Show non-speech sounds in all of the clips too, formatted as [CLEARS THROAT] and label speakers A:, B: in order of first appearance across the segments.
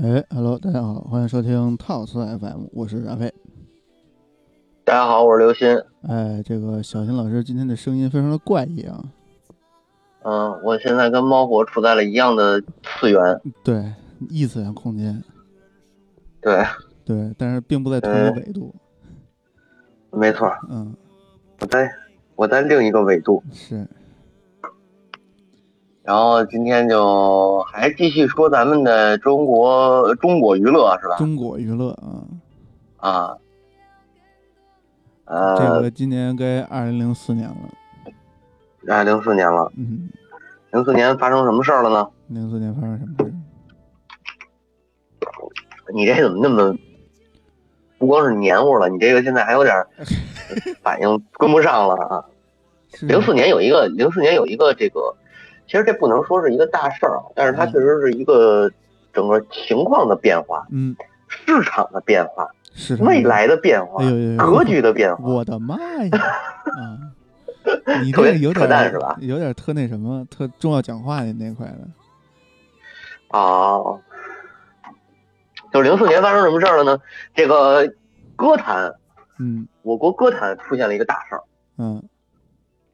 A: 哎，Hello，大家好，欢迎收听套词 FM，我是阿飞。
B: 大家好，我是刘鑫。
A: 哎，这个小新老师今天的声音非常的怪异啊。
B: 嗯，我现在跟猫火处在了一样的次元，
A: 对，异次元空间，
B: 对，
A: 对，但是并不在同一个纬度。
B: 没错，
A: 嗯，
B: 我在另一个纬度。
A: 是，
B: 然后今天就还继续说咱们的中国中国娱乐是吧？
A: 中国娱乐啊，
B: 啊，
A: 这
B: 呃，
A: 个今年该二零零四年了。
B: 啊，零四年了，
A: 嗯，
B: 零四年发生什么事儿了呢？
A: 零四年发生什么事？
B: 你这怎么那么不光是黏糊了，你这个现在还有点儿反应跟不上了啊？
A: 是
B: 零四年有一个，零四年有一个这个，其实这不能说是一个大事儿啊，但是它
A: 嗯
B: 确实是一个整个情况的变化、
A: 嗯，
B: 市场的变化、
A: 是的
B: 未。来的变化
A: 嗯哎、呦呦呦！
B: 格局的变化。
A: 我的妈呀！
B: [LAUGHS]
A: 啊，你这
B: 特别
A: 个有
B: 扯
A: 点
B: 淡是吧
A: 有点特那什么，特重要讲话的那块的。
B: 啊，就是零四年发生什么事儿了呢？这个歌坛，
A: 嗯
B: 我国歌坛出现了一个大事儿，
A: 嗯，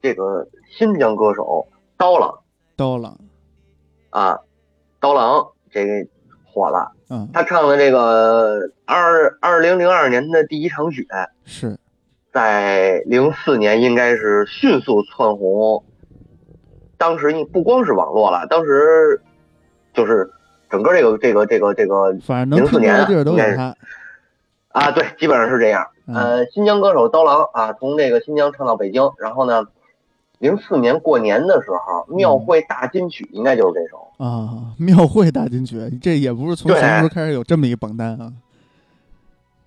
B: 这个新疆歌手刀郎
A: 刀郎
B: 啊，刀郎这个火了，
A: 啊，
B: 他唱的这个二二零零二年的第一场雪。
A: 是
B: 在零四年应该是迅速窜红，当时你不光是网络了，当时就是整个这个这个这个这个
A: 反正能听到的地儿都有他。
B: 啊，对，基本上是这样。
A: 嗯
B: 呃，新疆歌手刀郎啊，从这个新疆唱到北京，然后呢，零四年过年的时候，庙
A: 嗯
B: 会大金曲应该就是这首。
A: 啊，庙会大金曲，这也不是从
B: 对哎
A: 什么时候开始有这么一个榜单啊？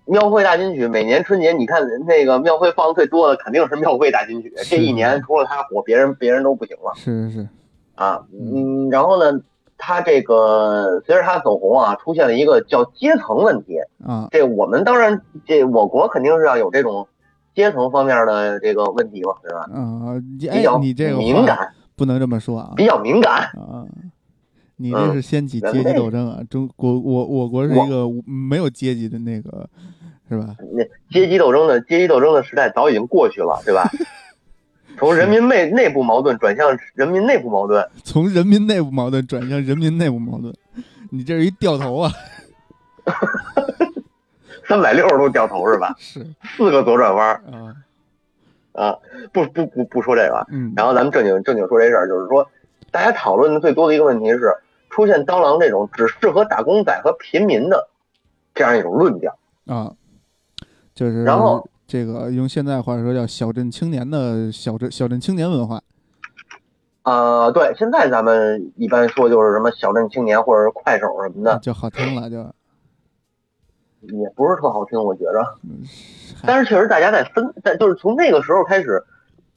B: 庙会大金曲每年春节，你看那个庙会放最多的肯定是庙会大金曲。
A: 是
B: 这一年除了他火，别人别人都不行了。
A: 是是是，
B: 啊，嗯，然后呢，他这个随着他走红啊，出现了一个叫阶层问题。
A: 啊，
B: 这我们当然，这我国肯定是要有这种阶层方面的这个问题嘛，对吧？
A: 啊，你
B: 比
A: 哎
B: 较，
A: 你这个
B: 敏
A: 话
B: 感，
A: 不能这么说啊
B: 比嗯较敏感。
A: 啊！你这是掀起阶级斗争啊！中国，我我国是一个没有阶级的那个，是吧？
B: 那阶级斗争的阶级斗争的时代早已经过去了，
A: [LAUGHS]
B: 对吧？从人民内内部矛盾转向人民内部矛盾，
A: 从人民内部矛盾转向人民内部矛盾，你这是一掉头啊！
B: 三百六十度掉头是吧？
A: 是
B: 四个左转弯
A: 啊，
B: 啊！不不不不说这个啊，
A: 嗯，
B: 然后咱们正经正经说这事儿，就是说，大家讨论的最多的一个问题是，出现刀郎这种只适合打工仔和平民的这样一种论调。
A: 啊，就是
B: 然后
A: 这个用现在话说叫小镇青年的小镇小镇青年文化，
B: 啊、对，现在咱们一般说就是什么小镇青年或者是快手什么的，
A: 就好听了，就
B: 也不是特好听，我觉着。
A: 嗯是还
B: [LAUGHS] 但是确实，大家在分，在就是从那个时候开始，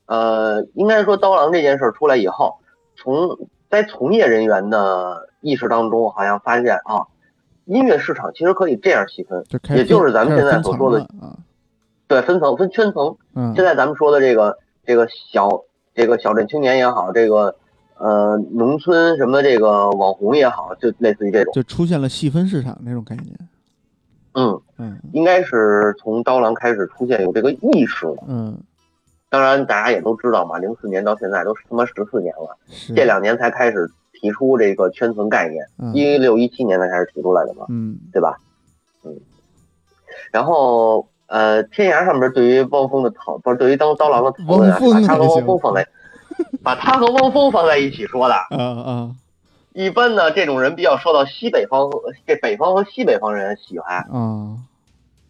B: 呃，应该说刀郎这件事儿出来以后，从在从业人员的意识当中，好像发现啊，音乐市场其实可以这样细分，
A: 就开
B: 也
A: 始
B: 就是
A: 分
B: 咱们
A: 开始
B: 现在
A: 分
B: 所
A: 层
B: 说的
A: 了啊，
B: 对，分层分圈层。
A: 嗯
B: 现在咱们说的这个这个小这个小镇青年也好，这个呃农村什么这个网红也好，就类似于这种，
A: 就出现了细分市场那种概念，
B: 嗯，
A: 嗯
B: 应该是从刀郎开始出现有这个意识了。
A: 嗯
B: 当然，大家也都知道嘛，零四年到现在都他妈十四年了，
A: 是
B: 这两年才开始提出这个圈层概念，
A: 嗯
B: 一六一七年才开始提出来的嘛，
A: 嗯
B: 对吧？嗯，然后。呃，天涯上面对于汪峰的讨，不是对于当刀郎的讨论啊，
A: 汪峰
B: 把他和
A: 还
B: 汪
A: 行
B: 峰放在，把他和汪峰放在一起说的，
A: 啊啊
B: 一般呢，这种人比较受到西北方和这北方和西北方人喜欢
A: 啊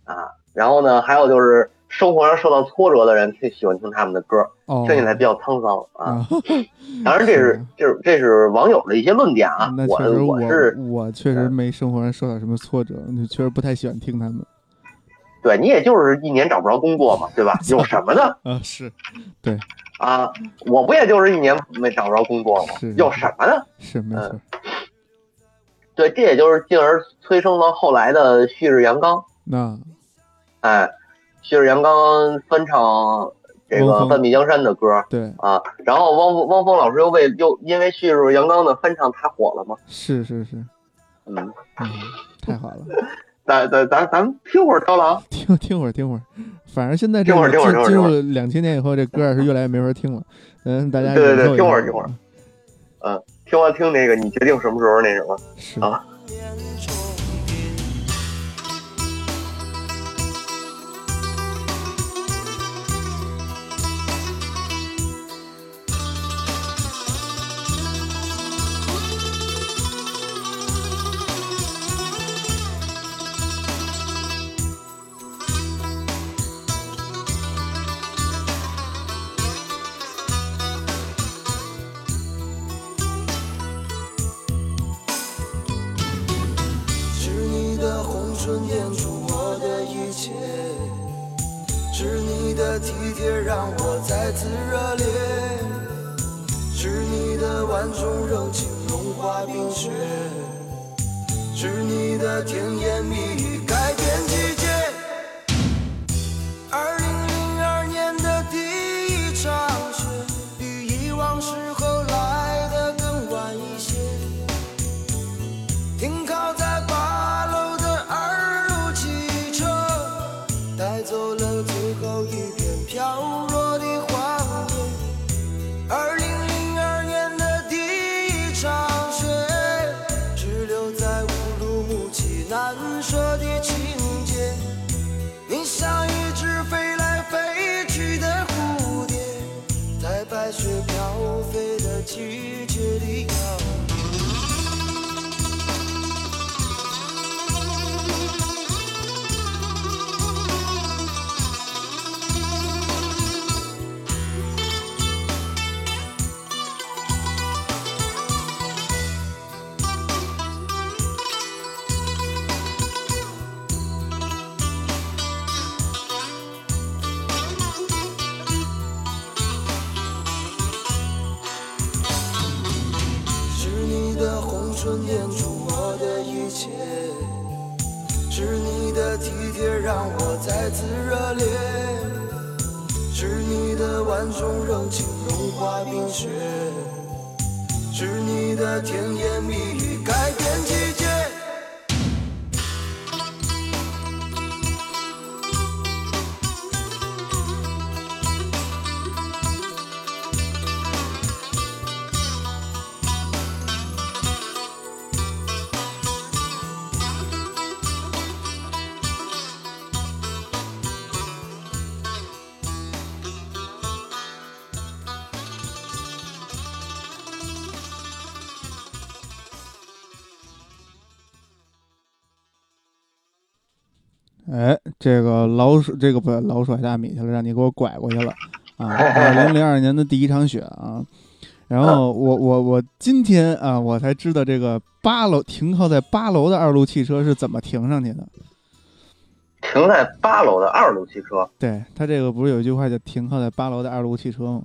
B: 啊。然后呢，还有就是生活上受到挫折的人，最喜欢听他们的歌，
A: 哦，
B: 听起来比较沧桑啊。
A: 啊，
B: [LAUGHS] 当然，这
A: [LAUGHS]
B: 是这是这是网友的一些论点啊。
A: 那
B: 我
A: 确实
B: 我
A: 我
B: 是嗯
A: 我确实没生活上受到什么挫折，就确实不太喜欢听他们
B: 对你也就是一年找不着工作嘛，
A: [LAUGHS]
B: 对吧？有什么的
A: 啊，是
B: 啊？我不也就是一年没找不着工作吗
A: 是？
B: 有什么的？
A: 是没错，
B: 对，这也就是进而催生了后来的旭日阳刚，
A: 那
B: 哎，旭日阳刚翻唱这
A: 汪
B: 个
A: 峰
B: 半壁江山的歌。
A: 对
B: 啊，然后汪峰汪峰老师又为又因为旭日阳刚的翻唱他火了嘛，
A: 是是是，
B: 嗯，
A: 嗯，太好了，
B: 咱咱咱咱们听会儿刀郎，
A: 听听会儿听会儿，反正现在这
B: 听会
A: 个
B: 儿听会儿
A: 进进
B: 听会儿
A: 入两千年以后，这歌儿是越来越没法听了。嗯，大家
B: 对对对
A: 忍受一
B: 听会
A: 下啊
B: 儿听会儿嗯，听完听那个，你决定什么时候那什么。
A: 是
B: 啊
C: 年重叠。是你的红唇点出我的一切，是你的体贴让我再次热烈，是你的万种热情融化冰雪，是你的甜言蜜语改变季节。二零零二年的第一场雪，比以往时候来的更晚一些。停靠在八楼的二路汽车，带走了最后一片飘落的黄叶。二零零二年的第一场雪，只留在乌鲁木齐难舍的情节。你像一只飞来飞去的蝴蝶，在白雪飘飞的季节里摇曳。是你的红唇点出我的一切，是你的体贴让我再次热烈，是你的万种热情融化冰雪，是你的甜言蜜语改变季节。
A: 哎，这个老鼠，这个不老鼠爱大米去了，让你给我拐过去了
B: [LAUGHS]
A: 啊！二零零二年的第一场雪啊，然
B: 嗯
A: 后我我我今天啊，我才知道这个八楼停靠在八楼的二路汽车是怎么停上去的。
B: 停在八楼的二路汽车
A: 对他这个不是有一句话叫“停靠在八楼的二路汽车”吗？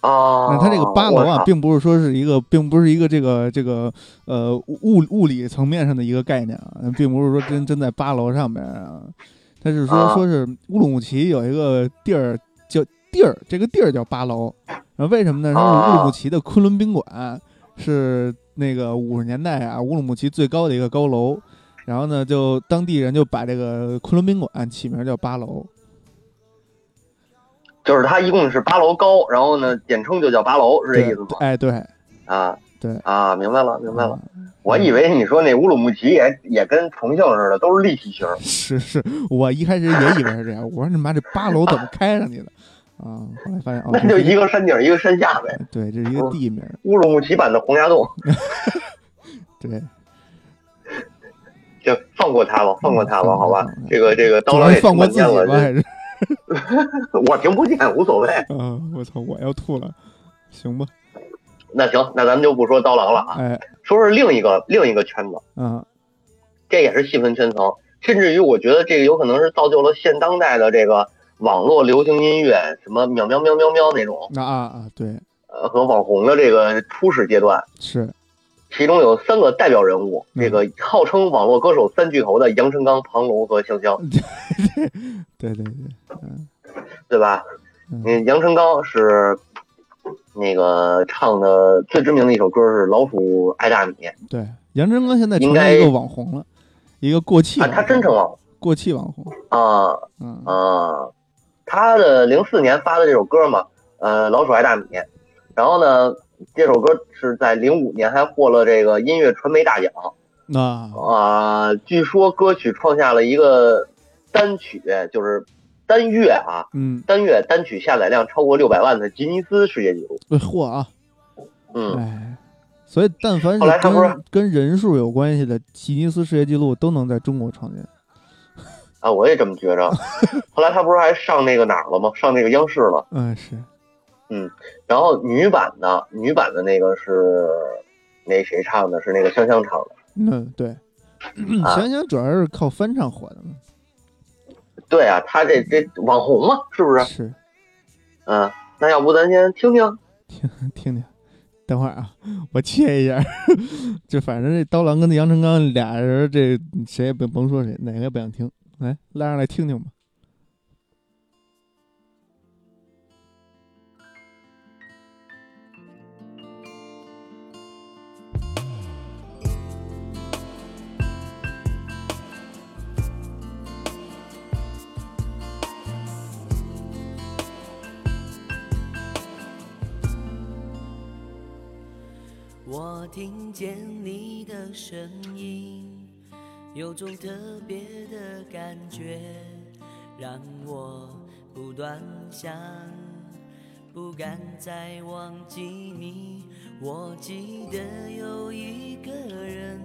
B: 啊，
A: 那它这个八楼
B: 我
A: 啊，
B: 操
A: 并不是说是一个，并不是一个这个这个呃物物理层面上的一个概念啊，并不是说真真在八楼上面啊，它是说
B: 啊
A: 说是乌鲁木齐有一个地儿叫地儿，这个地儿叫八楼，然后为什么呢？是乌
B: 啊
A: 鲁木齐的昆仑宾馆啊是那个五十年代啊乌鲁木齐最高的一个高楼，然后呢就当地人就把这个昆仑宾馆起名叫八楼，
B: 就是它一共是八楼高，然后呢，简称就叫八楼，是这
A: 对
B: 意思吗？
A: 哎对
B: 啊，
A: 对
B: 啊，明白了，明白了。
A: 嗯
B: 我以为你说那乌鲁木齐也也跟重庆似的，都是立体型。
A: [LAUGHS] 是是，我一开始也以为是这样，我说你妈这八楼怎么开上去的啊？后来发现哦，
B: [LAUGHS] 那就
A: 这是
B: 一个山顶，一个山下呗。
A: 对，这是一个地名儿，
B: 乌鲁木齐版的洪崖洞，
A: 对，
B: 嗯就放过他吧，放过他吧，
A: 嗯
B: 好吧
A: 放过他。
B: 这个这个刀
A: 总
B: 郎也
A: 是
B: 听
A: 放过
B: 不
A: 自己
B: 见了，
A: 吧，还是
B: 这 [LAUGHS] 我听不见无所谓。
A: 啊？我操，我要吐了，行吧？
B: 那行，那咱们就不说刀郎了啊，
A: 哎，
B: 说说另一个另一个圈子，
A: 啊，
B: 这也是细分圈层，甚至于我觉得这个有可能是造就了现当代的这个网络流行音乐，什么喵喵喵喵喵那种，
A: 那啊啊，对，
B: 呃，和网红的这个初始阶段。
A: 是
B: 其中有三个代表人物，
A: 嗯
B: 这个号称网络歌手三巨头的杨臣刚、庞龙和香
A: 嗯
B: 香，
A: 对对对，
B: 对吧
A: 嗯？
B: 嗯，杨臣刚是那个唱的最知名的一首歌是《老鼠爱大米》
A: 对，杨振哥现在成
B: 应
A: 了
B: 该
A: 一个网红了，一个过气
B: 啊，
A: 网红，
B: 他真成网
A: 过气网红，
B: 啊
A: 嗯，
B: 啊，他的零四年发的这首歌嘛，呃，《老鼠爱大米》，然后呢，这首歌是在零五年还获了这个音乐传媒大奖
A: 那
B: 啊、据说歌曲创下了一个单曲，就是单月啊，
A: 嗯，
B: 单月单曲下载量超过六百万的吉尼斯世界纪录。
A: 呃嚯啊，
B: 嗯，
A: 哎，所以但凡
B: 后来
A: 是
B: 他不是
A: 跟跟人数有关系的吉尼斯世界纪录，都能在中国创建。
B: 啊，我也这么觉着。后来他不是还上那个哪儿了吗？上那个央视了。
A: 嗯，是，
B: 然后女版的女版的那个是那谁唱的？是那个香香唱的。
A: 嗯，对，
B: 啊
A: 想想主要是靠翻唱火的嘛，
B: 对啊，他这这网红嘛，是啊不是？
A: 是，
B: 嗯、那要不咱先听听？
A: 听听。等会儿啊，我切一下， [LAUGHS] 就反正这刀郎跟那杨成刚俩人，这谁也甭甭说谁，哪个也不想听，来拉上来听听吧。
D: 我听见你的声音，有种特别的感觉，让我不断想，不敢再忘记你。我记得有一个人，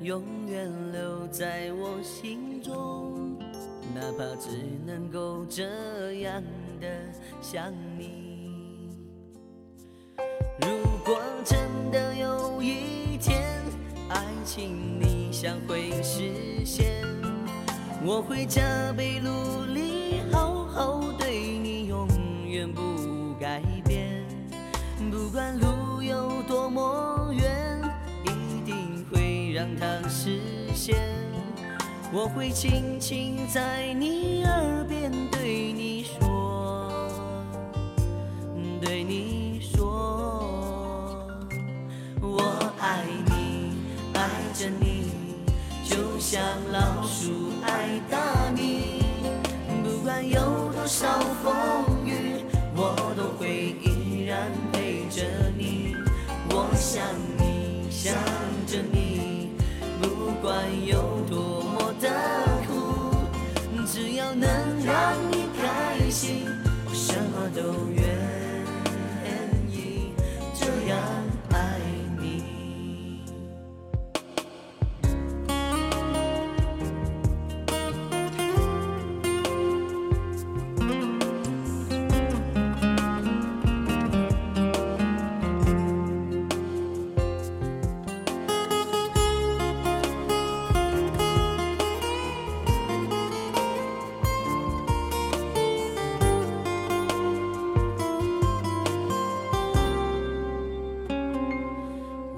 D: 永远留在我心中，哪怕只能够这样的想你。如果真的有一天，爱情理想会实现，我会加倍努力，好好对你，永远不改变。不管路有多么远，一定会让它实现。我会轻轻在你耳边对你说。对你说，我爱你，爱着你，就像老鼠爱大米。不管有多少风雨，我都会依然陪着你。我想你，想着你，不管有多么的苦，只要能让你开心，我什么都愿意这样爱你。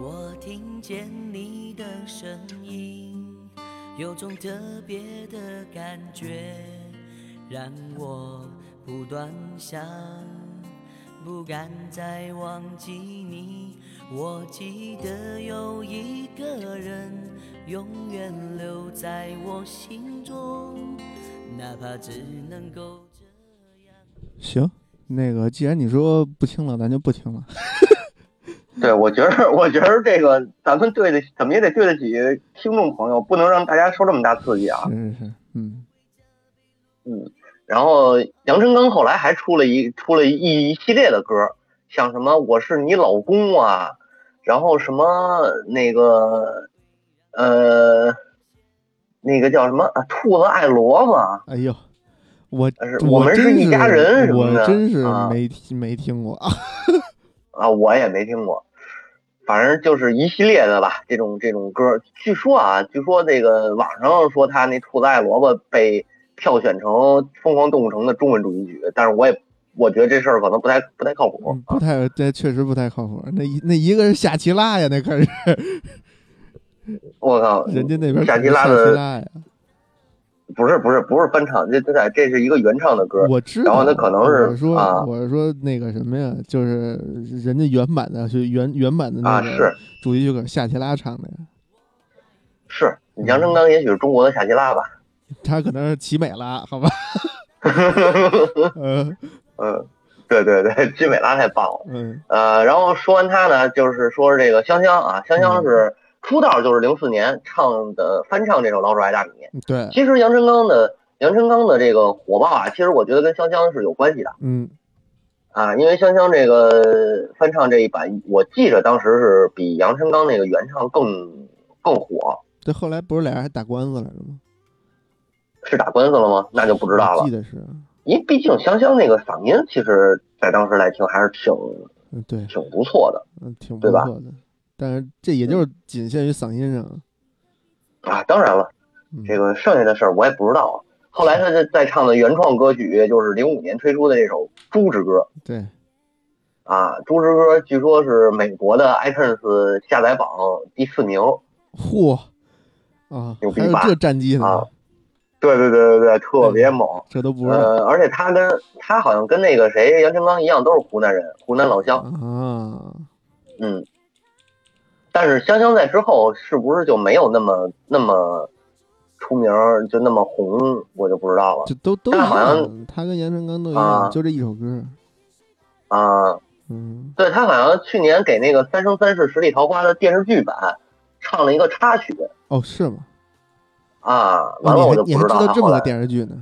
D: 我听见你的声音，有种特别的感觉，让我不断想，不敢再忘记你。我记得有一个人，永远留在我心中，哪怕只能够这样。
A: 行，那个既然你说不听了，咱就不听了。
B: 对，我觉得，我觉得这个咱们对得，怎么也得对得起听众朋友，不能让大家受这么大刺激啊。
A: 是是是，嗯，
B: 然后杨臣刚后来还出了一出了一一系列的歌，像什么我是你老公啊，然后什么那个呃那个叫什么啊，兔子爱萝卜啊，
A: 哎呦，我
B: 呃是我
A: 我
B: 们是
A: 真
B: 一家人什么
A: 我
B: 的
A: 真是
B: 啊
A: 没听没听过啊。
B: 啊，我也没听过，反正就是一系列的吧，这种这种歌。据说啊，据说那个网上说他那兔子爱萝卜被票选成《疯狂动物城》的中文主题曲，但是我也我觉得这事儿可能不太不太靠谱
A: 嗯
B: 啊
A: 不。太，这确实不太靠谱。那一那一个是夏奇拉呀，那可是
B: 我靠，
A: 人家那边
B: 夏
A: 可
B: 奇
A: 是
B: 呃拉
A: 夏奇
B: 的
A: 拉呀，
B: 不是不是不是翻唱，这这这是一个原唱的歌，
A: 我知道，
B: 然后他可能是
A: 我说、
B: 啊
A: 我是说那个什么呀，就是人家原版的是原原版的那
B: 啊
A: 个
B: 是
A: 主题曲可是夏奇拉唱的呀，
B: 是杨成刚也许是中国的夏奇拉吧， [LAUGHS]
A: 他可能是奇美拉，好吧？呃
B: 嗯，对对对，金美拉太棒了，
A: 嗯
B: 呃，然后说完他呢，就是说这个香香啊，香香是出道就是零四年唱的翻唱这首《老鼠爱大米》，
A: 对，
B: 其实杨成刚的杨成刚的这个火爆啊，其实我觉得跟香香是有关系的。
A: 嗯
B: 啊，因为香香这个翻唱这一版，我记着当时是比杨臣刚那个原唱更更火，
A: 这后来不是俩人还打官司来着吗？
B: 是打官司了吗？那就不知道
A: 我
B: 了
A: 记，得是，
B: 因为毕竟香香那个嗓音，其实在当时来听还是挺
A: 嗯对，
B: 挺不错的
A: 嗯挺不
B: 对吧
A: 错的，但是这也就是仅限于嗓音上，
B: 啊。当然了，
A: 嗯、
B: 这个剩下的事儿我也不知道啊。后来他就在唱的原创歌曲，就是零五年推出的这首《猪之歌
A: 对》
B: 啊，《猪之歌》据说是美国的 iTunes 下载榜第四名，
A: 嚯啊
B: 牛，逼
A: 还有
B: 吧
A: 这战绩呢，
B: 啊对对对对对，特别猛。
A: 这都不知道、
B: 呃，而且他跟他好像跟那个谁杨成刚一样，都是湖南人，湖南老乡。
A: 啊，
B: 嗯，但是香香在之后是不是就没有那么那么出名儿，就那么红，我就不知道了
A: 这都都一
B: 但好像
A: 样，他跟杨成刚都一样，
B: 啊
A: 就这一首歌，
B: 啊、
A: 嗯
B: 对他好像去年给那个《三生三世十里桃花》的电视剧版唱了一个插曲
A: 哦是吗？
B: 啊，
A: 哦
B: 完了我
A: 你
B: 就
A: 还
B: 不
A: 你还知
B: 道
A: 道
B: 他
A: 这
B: 后
A: 么个
B: 来。
A: 电视剧呢？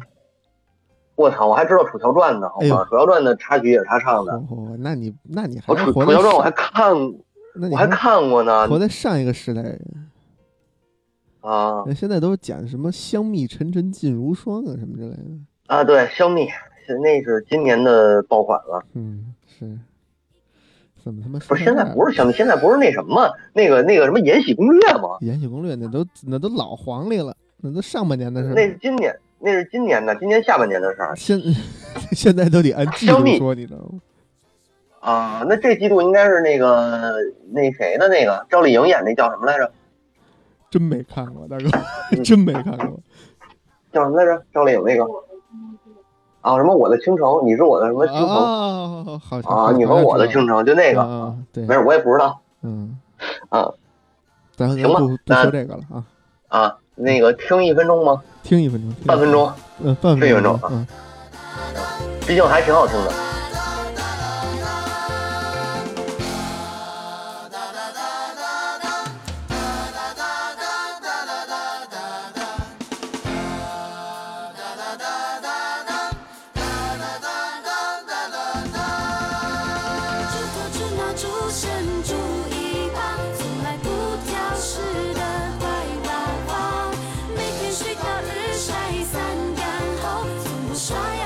B: 我操，我还知道《楚乔传》呢，好
A: 哎呦
B: 吗？《楚乔传》的插曲也是他唱的。
A: 嚯嚯嚯，哦那你那你还
B: 我
A: 是
B: 楚
A: 活
B: 楚
A: 在
B: 乔传
A: 上
B: 我还看
A: 那你
B: 我还看过呢
A: 活在上一个时代的人，
B: 啊
A: 那现在都是讲什么香蜜沉沉烬如霜啊什么之类的，
B: 啊，对，香蜜是那是今年的爆款了。
A: 嗯是，怎么他妈
B: 不是现在不
A: 是
B: 是想，现在不是那什么那个那个什么《延禧攻略》吗？
A: 《延禧攻略》那都那都老黄历了，那都上半年的事
B: 那是
A: 儿，
B: 今年，那是今年的，今年下半年的事儿
A: 现 [LAUGHS] 现在都得按季
B: 香
A: 度
B: 蜜
A: 说，你知道吗？
B: 啊。那这季度应该是那个那谁的那个赵丽颖演那叫什么来着？
A: 真没看过，大哥，[LAUGHS]
B: 嗯
A: 真没看过。
B: 叫什么来着？赵丽颖那个啊，什么我的倾城，你是我的什么倾城
A: 啊，好像
B: 啊？你和我的倾城，就那
A: 啊
B: 个，
A: 啊，对
B: 没，事，我也不知道
A: 嗯，
B: 啊
A: 咱
B: 行吧
A: 不不
B: 那
A: 说这个了啊，
B: 啊。那个听一分钟吗？
A: 听一分钟，
B: 半分钟，
A: 听一分钟，嗯，半
B: 这一
A: 分
B: 分钟
A: 钟，嗯，
B: 毕竟还挺好听的。
E: 猪头猪脑猪身猪尾巴，从来不挑食的乖娃娃，每天睡到日晒三竿后，从不刷牙，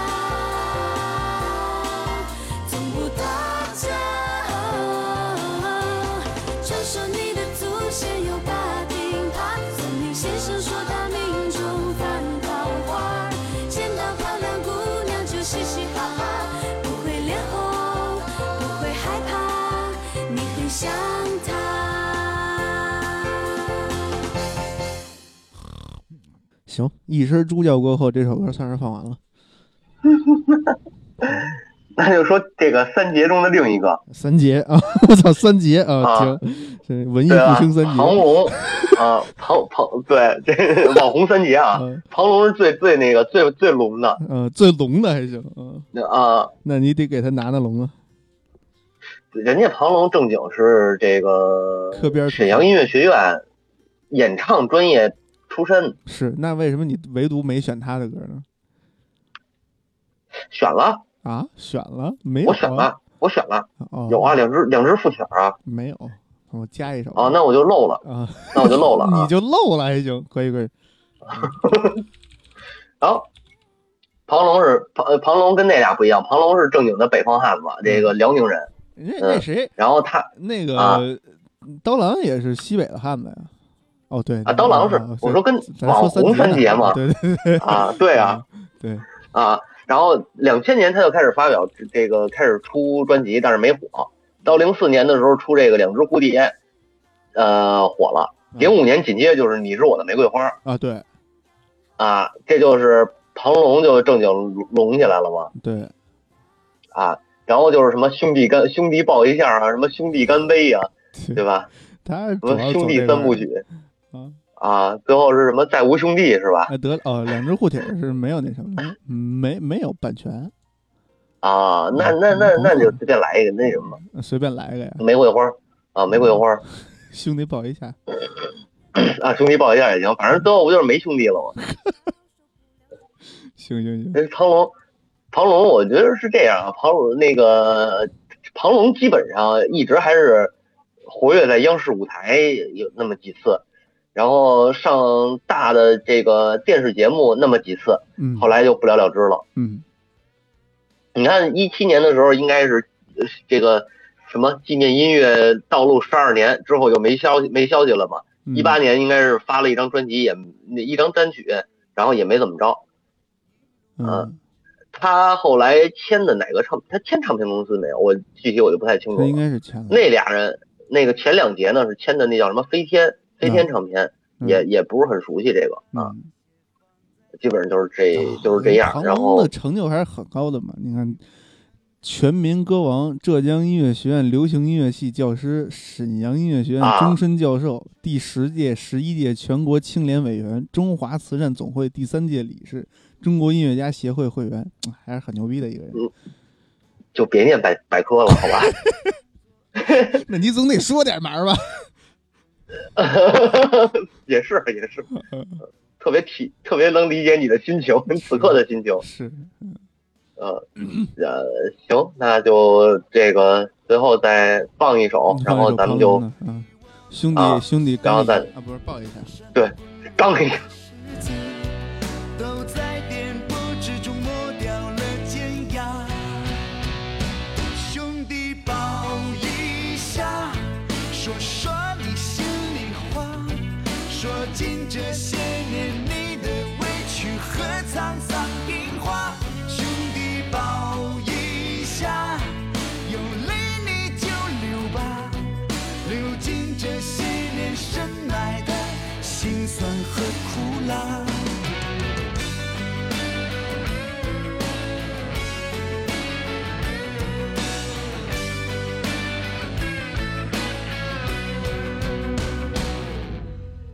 E: 从不打架。传说你的祖先有八柄耙，算命先生说他命中犯桃花，见到漂亮姑娘就嘻嘻哈哈，不会脸红，不会害怕，你很像他。
A: 行，一声猪叫过后，这首歌算是放完了。
B: 那就说这个三杰中的另一个，
A: 三杰啊， [LAUGHS] 我操，三杰啊，
B: 啊
A: 行，这文艺
B: 对吧
A: 复兴三？
B: 庞
A: 杰，
B: 龙啊，庞庞对，这网红三杰啊
A: 嗯，
B: [LAUGHS] 庞龙是最最那个最最龙的
A: 呃，最龙的还行，嗯，
B: 那啊。
A: 那你得给他拿拿龙啊，
B: 人家庞龙正经是这个
A: 科边儿出身
B: 沈阳音乐学院演唱专业出身，
A: 是，那为什么你唯独没选他的歌呢？
B: 选了，
A: 啊，选了没有？啊
B: 我选，了，我选了，
A: 哦，
B: 有啊，两只两只副曲儿啊，
A: 没有？我加一首
B: 啊，那我就漏了，
A: 啊，
B: 那我就漏了
A: [LAUGHS] 你
B: 啊。
A: 就漏了还行，可以可以，
B: 然后庞龙是庞呃庞龙跟那俩不一样，庞龙是正经的北方汉子，这个辽宁人，
A: 人家
B: 嗯
A: 那谁
B: 然后他
A: 那个、
B: 啊
A: 刀郎也是西北的汉子呀。哦，对
B: 啊，刀郎是
A: 啊
B: 我说跟
A: 咱咱
B: 网
A: 说
B: 红
A: 三
B: 三杰
A: 呢
B: 嘛，
A: 对对对
B: 啊，对啊。，
A: 对，
B: 啊，然后两千年他就开始发表这个开始出专辑，但是没火。到零四年的时候出这个两只蝴蝶，呃，火了。零五年紧接着就是你是我的玫瑰花
A: 啊对，
B: 啊，这就是庞龙就正经隆起来了嘛
A: 对，
B: 啊，然后就是什么兄弟干兄弟抱一下啊，什么兄弟干杯呀、对吧？
A: [LAUGHS] 他主
B: 什
A: 要
B: 么
A: 是
B: 兄
A: 走这
B: 弟
A: 块
B: 三
A: 儿
B: 部曲
A: 啊，
B: 啊，最后是什么再无兄弟是吧？
A: 哎得了哦，两只护铁是没有那什么，嗯没没有版权，
B: 啊，那那那那你就随便来一个那什么
A: 随便来一个呀，
B: 玫瑰花啊，玫瑰花
A: 兄弟抱一下，
B: 啊，兄弟抱一下也行，反正最后不就是没兄弟了吗？
A: 行行行，
B: 那庞龙，庞龙，我觉得是这样啊，庞龙那个庞龙基本上一直还是活跃在央视舞台有那么几次，然后上大的这个电视节目那么几次，
A: 嗯，
B: 后来就不了了之了。
A: 嗯，
B: 你看一七年的时候，应该是呃这个什么纪念音乐道路十二年之后就没消息没消息了嘛。
A: 嗯，
B: 一八年应该是发了一张专辑，也一张单曲，然后也没怎么着。
A: 嗯，
B: 他后来签的哪个唱？他签唱片公司没有？我具体我就不太清楚
A: 他应
B: 了。
A: 该是签了，
B: 那俩人，那个前两节呢是签的那叫什么飞天飞天唱片，
A: 嗯
B: 也也不是很熟悉这个啊，
A: 嗯
B: 基本上就是这
A: 啊
B: 就是这样。
A: 庞
B: 然
A: 龙
B: 后
A: 的成就还是很高的嘛，你看。全民歌王、浙江音乐学院流行音乐系教师、沈阳音乐学院
B: 啊
A: 终身教授、第十届、十一届全国青联委员、中华慈善总会第三届理事、中国音乐家协会会员，嗯还是很牛逼的一个人。
B: 嗯就别念百百科了，
A: [LAUGHS]
B: 好吧？
A: 那你总得说点嘛
B: [LAUGHS]
A: 儿吧？
B: 也是也是，特别体特别能理解你的心情，此刻的心情。
A: 是，
B: 哦呃呃，行，那就这个最后再放一首，然后咱们就
A: 嗯，兄弟、
B: 啊
A: 兄弟
B: 然
A: 刚
B: 后
A: 一下，
B: 再
A: 啊，不是抱一下，
B: 对刚一下。
C: 都在颠簸之中磨掉了尖牙。兄弟抱一下，说说你心里话，说尽这些年你的委屈和沧桑变化。兄弟抱一下，有泪你就流吧，流尽这些年深爱的辛酸和苦辣。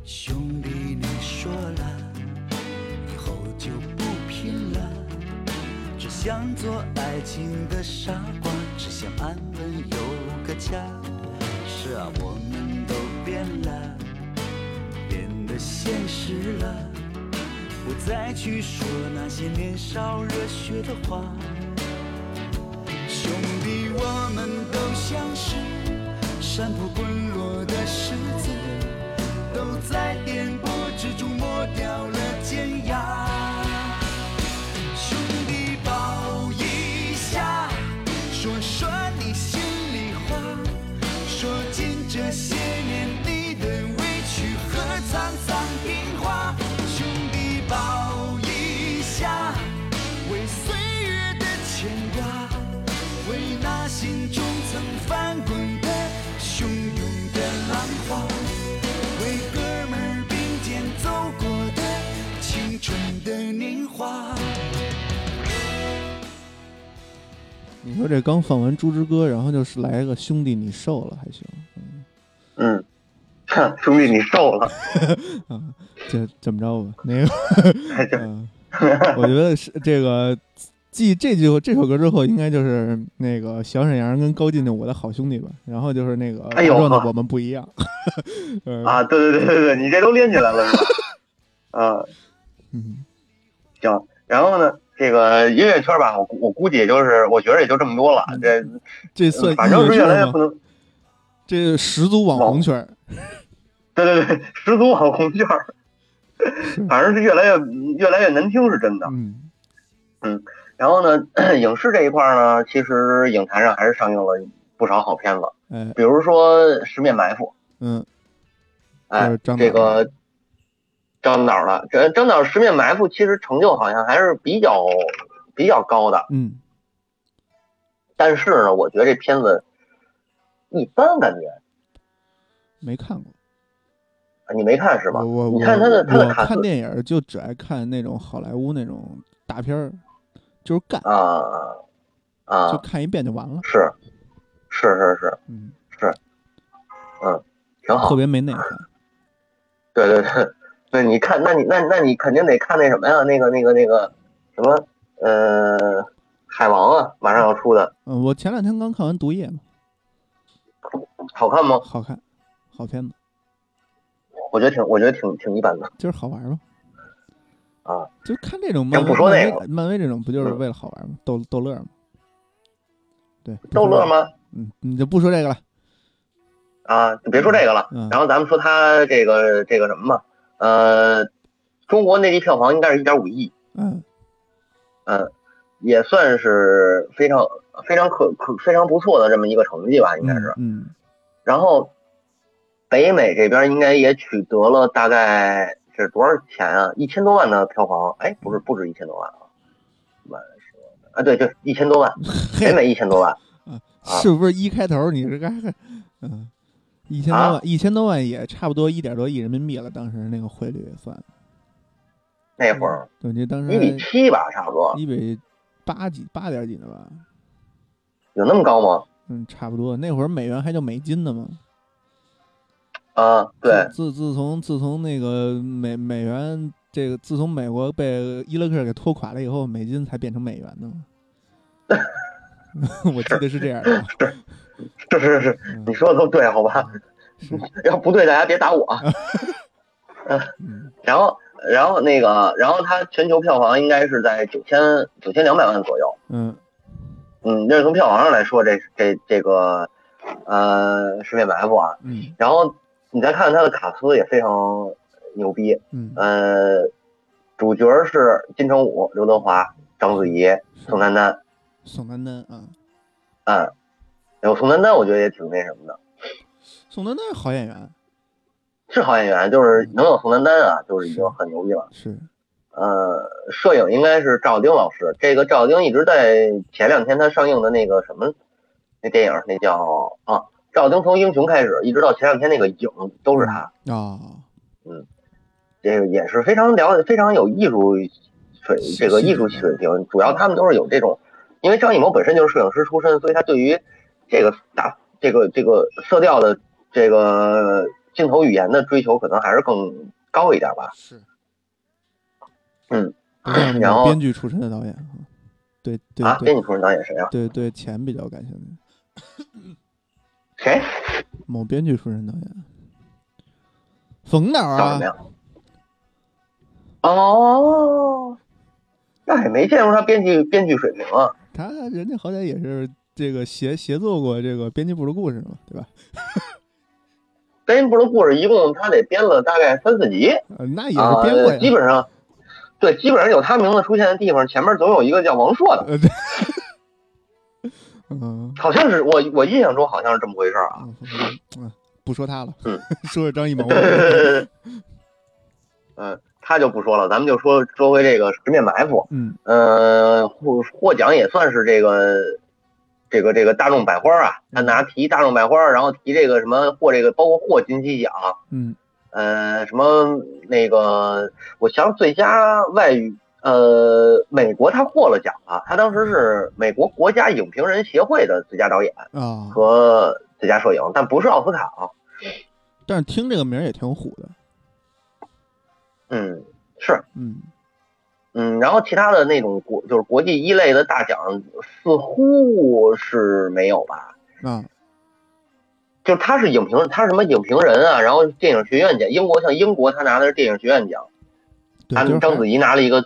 C: 兄弟，你说了，以后就不拼了，只想做爱情的傻瓜，只想安稳有个家。是啊，我们都变了，变得现实了，不再去说那些年少热血的话。兄弟，我们都像是山坡滚落的石子。都在颠簸之中磨掉了尖牙。兄弟抱一下，说说你心里话，说尽这些年你的委屈和沧桑变化。兄弟抱一下，为岁月的牵挂，为那心中曾翻滚的汹涌的浪花。为哥们儿并肩走过的青春的年华。
A: 你说这刚放完《猪之歌》，然后就是来一个兄弟，你瘦了还行，
B: 嗯，哼，兄弟，你瘦了，
A: 这怎么着吧？那个，
B: 还行。
A: 嗯，我觉得是这个。继这句这首歌之后，应该就是那个小沈阳跟高进的《我的好兄弟》吧，然后就是那个
B: 哎呦
A: 大壮的
B: 呵
A: 我们不一样，呃
B: 啊，对对对对对，你这都连起来了
A: [LAUGHS]
B: 是吧？啊，
A: 嗯
B: 行。然后呢，这个音乐圈吧，我估我估计也就是，我觉得也就这么多了。这嗯
A: 这嗯算
B: 反正
A: 音
B: 是
A: 乐
B: 越来
A: 圈
B: 越不
A: 吗？
B: 能，
A: 这十足网红圈儿，
B: 对对对，十足网红
A: [LAUGHS]
B: 圈儿，反正是越来越越来越难听，是真的。
A: 嗯
B: 然后呢， [CLEARS THROAT] 影视这一块儿呢，其实影坛上还是上映了不少好片子，
A: 哎
B: 比如说《十面埋伏》，
A: 嗯就是
B: 哎，
A: 张
B: 这
A: 导的
B: 个张导的这张导《十面埋伏》其实成就好像还是比较比较高的，
A: 嗯
B: 但是呢，我觉得这片子一般感觉
A: 没看过，
B: 你没看是吧？
A: 我我
B: 你看他的他
A: 我
B: 的
A: 我
B: 卡
A: 看
B: 斯
A: 电影儿就只爱看那种好莱坞那种大片儿，就是干，
B: 啊
A: 就
B: 啊，
A: 看一遍就完了，
B: 是是是是，
A: 嗯，
B: 挺好
A: 特。别没内涵。
B: 对对对，对，你看，那你那那你肯定得看那什么呀？那个那个那个什么，呃，海王啊，马上要出的，
A: 嗯，我前两天刚看完《毒液》嘛，
B: 好看吗？
A: 好看，好片子，
B: 我觉得挺，我觉得挺挺一般的
A: 就是好玩儿嘛。
B: 啊。
A: 就看这种漫威，
B: 先不说那嗯
A: 漫威漫威这种不就是为了好玩吗？逗逗乐吗？对，不
B: 逗
A: 说
B: 乐
A: 这个？
B: 吗？
A: 嗯，你就不说这个了。
B: 啊，就别说这个了。
A: 嗯
B: 然后咱们说他这个这个什么嘛，呃，中国内地票房应该是一点五亿，
A: 嗯，
B: 嗯，也算是非常非常可可非常不错的这么一个成绩吧，应该是。
A: 嗯，
B: 然后北美这边应该也取得了大概是多少钱啊？一千多万的票房？哎，不是，不止一千多万啊，满十万啊，对对，一千多万，北美一千多万，啊
A: 嗯是不是一开头你是干？ [LAUGHS] 嗯，一千多万，
B: 啊
A: 一千多万也差不多一点多亿人民币了，当时那个汇率算，
B: 那会儿
A: 对，你当时
B: 一比七吧，差不多，
A: 一比八几八点几呢吧？
B: 有那么高吗？
A: 嗯，差不多。那会儿美元还叫美金呢嘛。
B: 啊，
A: [LAUGHS]
B: 对，
A: 自自自从自从那个美美元这个自从美国被伊拉克给拖垮了以后，美金才变成美元的嘛。 [LAUGHS] 我记得是这样的，啊
B: 这是是，
A: 嗯
B: 你说的都对，好吧？
A: 是，
B: [LAUGHS] 要不对，大家别打我。啊 [LAUGHS]
A: 嗯
B: 然后，然后那个，然后它全球票房应该是在九千九千两百万左右。
A: 嗯
B: 嗯，这是从票房上来说，这这这个呃《十面埋伏》啊，
A: 嗯
B: 然后你再看它的卡斯也非常牛逼，
A: 嗯，
B: 呃，主角是金城武、刘德华、章子怡、宋丹丹，
A: 宋丹丹啊，
B: 嗯，有宋丹丹，我觉得也挺那什么的，
A: 宋丹丹是好演员，
B: 是好演员，就是
A: 嗯
B: 能有宋丹丹啊，就是已经很牛逼了。
A: 是，
B: 呃，摄影应该是赵丁老师，这个赵丁一直在前两天他上映的那个什么那电影，那叫啊，赵丁从英雄开始，一直到前两天那个影都是他。
A: 哦，
B: 这个也是非常了非常有艺术水
A: 是
B: 这个
A: 是
B: 艺术
A: 的
B: 水平，主要他们都是有这种，因为张艺谋本身就是摄影师出身，所以他对于这个大这个这个色调的这个镜头语言的追求可能还是更高一点吧。
A: 是，
B: 嗯，
A: 不像
B: 然
A: 我
B: 后
A: 编剧出身的导演啊，对对
B: 啊，编
A: 对
B: 辑出身导演谁啊？
A: 对对，钱比较感兴趣，
B: 谁？
A: 某编剧出身导演，冯导
B: 叫什
A: 啊
B: 么，呀？哦，那也没见出他编剧编剧水平啊。
A: 他人家好歹也是这个协协作过这个编辑部的故事嘛，对吧？
B: 编辑部的故事一共他得编了大概三四集，
A: 呃，那也
B: 啊，
A: 是编过
B: 基
A: 呀。
B: 本上，对，基本上有他名字出现的地方，前面总有一个叫王朔的，
A: 呃，对， [LAUGHS] 嗯、
B: 好像是我我印象中好像是这么回事儿啊。 [LAUGHS]
A: 嗯嗯不说他了，
B: 嗯
A: [LAUGHS] 说说张艺谋吧。
B: [LAUGHS] 嗯，他就不说了，咱们就说说回这个《十面埋伏》。
A: 嗯
B: 呃，获获奖也算是这个这个这个大众百花啊，他拿提大众百花，然后提这个什么获这个包括获金鸡奖，
A: 嗯
B: 呃，什么那个，我想最佳外语，呃，美国他获了奖啊，他当时是美国国家影评人协会的最佳导演
A: 啊，
B: 和最佳摄影，但不是奥斯卡啊。
A: 但是听这个名儿也挺虎的。
B: 嗯，是，
A: 嗯
B: 嗯，然后其他的那种国就是国际一类的大奖似乎是没有吧？
A: 啊，
B: 就他是影评，他是什么影评人啊？然后电影学院奖，英国像英国他拿的是电影学院奖，
A: 对，
B: 他
A: 就是
B: 们章子
A: 还
B: 怡拿了一个，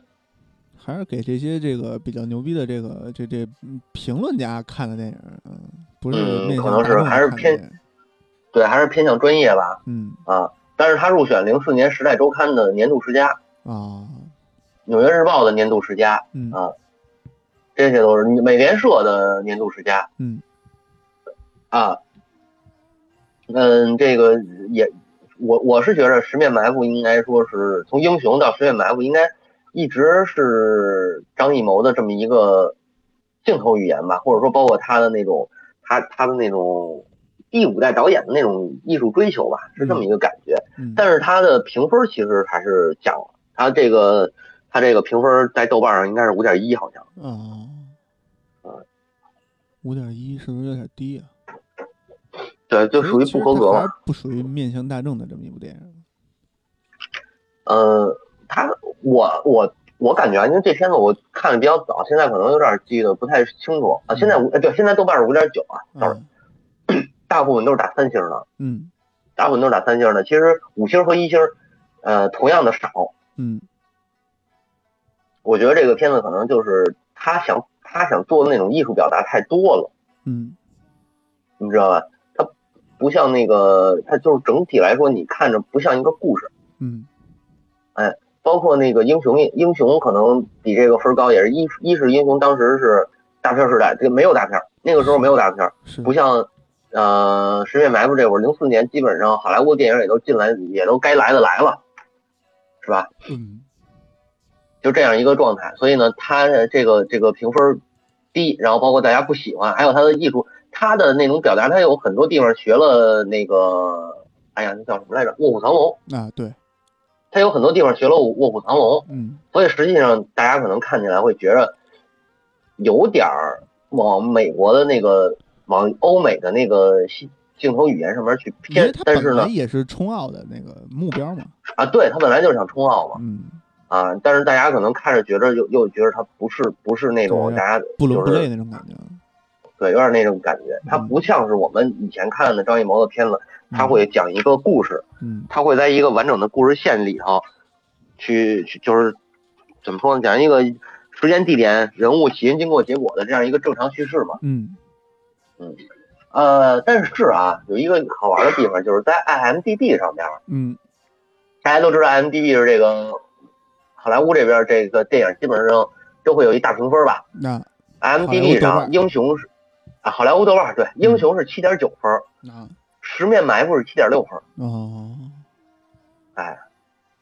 A: 还是给这些这个比较牛逼的这个这这嗯评论家看的电影，嗯，不是
B: 嗯
A: 面向
B: 可能
A: 大
B: 是
A: 众
B: 还是
A: 看的
B: 偏
A: 电影
B: 对，还是偏向专业吧。
A: 嗯
B: 啊，但是他入选零四年《时代周刊》的年度十佳，《
A: 啊
B: 纽约日报》的年度十佳，
A: 嗯
B: 啊这些都是美联社的年度十佳
A: 嗯
B: 啊。嗯，这个也，我我是觉得《十面埋伏》应该说是从《英雄》到《十面埋伏》，应该一直是张艺谋的这么一个镜头语言吧，或者说包括他的那种他他的那种第五代导演的那种艺术追求吧，是这么一个感觉。
A: 嗯
B: 但是它的评分其实还是降了，它这个它这个评分在豆瓣上应该是五点一，好像
A: 啊，五点一是不是有点低啊？
B: 对，就
A: 其实
B: 属
A: 哎其
B: 于不
A: 实
B: 合
A: 它
B: 格
A: 还
B: 吧
A: 是。不属于面向大众的这么一部电影。
B: 呃，他我我我感觉啊，因为这片子我看的比较早，现在可能有点记得不太清楚啊。现在五、哎对，现在豆瓣是五点九啊，sorry，
A: 嗯
B: 大部分都是打三星的，
A: 嗯
B: 大部分都是打三星的。其实五星和一星，呃，同样的少。
A: 嗯
B: 我觉得这个片子可能就是他想他想做的那种艺术表达太多了，
A: 嗯
B: 你知道吧？它不像那个，它就是整体来说，你看着不像一个故事。
A: 嗯
B: 包括那个英雄，英雄可能比这个分儿高，也是一一是英雄当时是大片儿时代，这没有大片儿，那个时候没有大片儿，
A: 是
B: 不像呃《十面埋伏》这会儿，零四年基本上好莱坞电影也都进来，也都该来的来了，是吧？
A: 嗯
B: 就这样一个状态，所以呢，他这个这个评分低，然后包括大家不喜欢，还有他的艺术，他的那种表达，他有很多地方学了那个，哎呀，那叫什么来着？卧虎藏龙，
A: 啊对
B: 他有很多地方学了卧虎藏龙。
A: 嗯
B: 所以实际上大家可能看起来会觉着有点儿往美国的那个往欧美的那个戏镜头语言上面去
A: 因为
B: 偏
A: 它，
B: 但是
A: 本来
B: 呢，
A: 也是冲奥的那个目标嘛，
B: 啊，对他本来就是想冲奥嘛，
A: 嗯，
B: 啊，但是大家可能看着觉着又又觉得他不是不是那种
A: 对啊
B: 大家
A: 不伦
B: 就
A: 不
B: 是
A: 类那种感觉，
B: 对有点那种感觉，他
A: 嗯
B: 不像是我们以前看的张艺谋的片子，他
A: 嗯
B: 会讲一个故事，
A: 嗯
B: 他会在一个完整的故事线里头去，去就是怎么说呢，讲一个时间、地点、人物、起因、经过、结果的这样一个正常叙事嘛。
A: 嗯
B: 呃，但是啊，有一个好玩的地方，就是在 IMDB 上边，
A: 嗯
B: 大家都知道 IMDB 是这个好莱坞这边这个电影基本上都会有一大评分吧。
A: 那
B: IMDB
A: 好莱
B: 上，
A: 坞豆瓣嗯
B: 英雄是啊，好莱坞豆瓣对，英雄是七点九分，
A: 那
B: 十面埋伏是七点六分，
A: 哦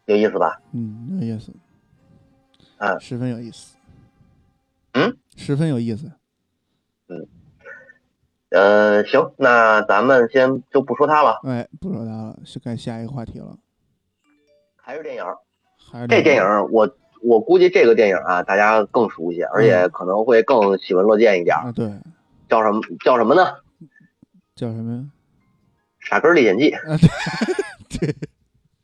B: 有意思吧？
A: 嗯有意思，
B: 嗯
A: 十分有意思，
B: 嗯
A: 十分有意思，
B: 呃，行，那咱们先就不说它了，
A: 哎不说它了，是该下一个话题了，
B: 还是电影。
A: 还是
B: 这电影
A: 个
B: 儿我我估计这个电影啊，大家更熟悉，而且可能会更喜闻乐见一点儿。
A: 啊对
B: 叫什么叫什么呢？《
A: 叫什么呀？
B: 傻根儿历险记》。
A: 啊，对对，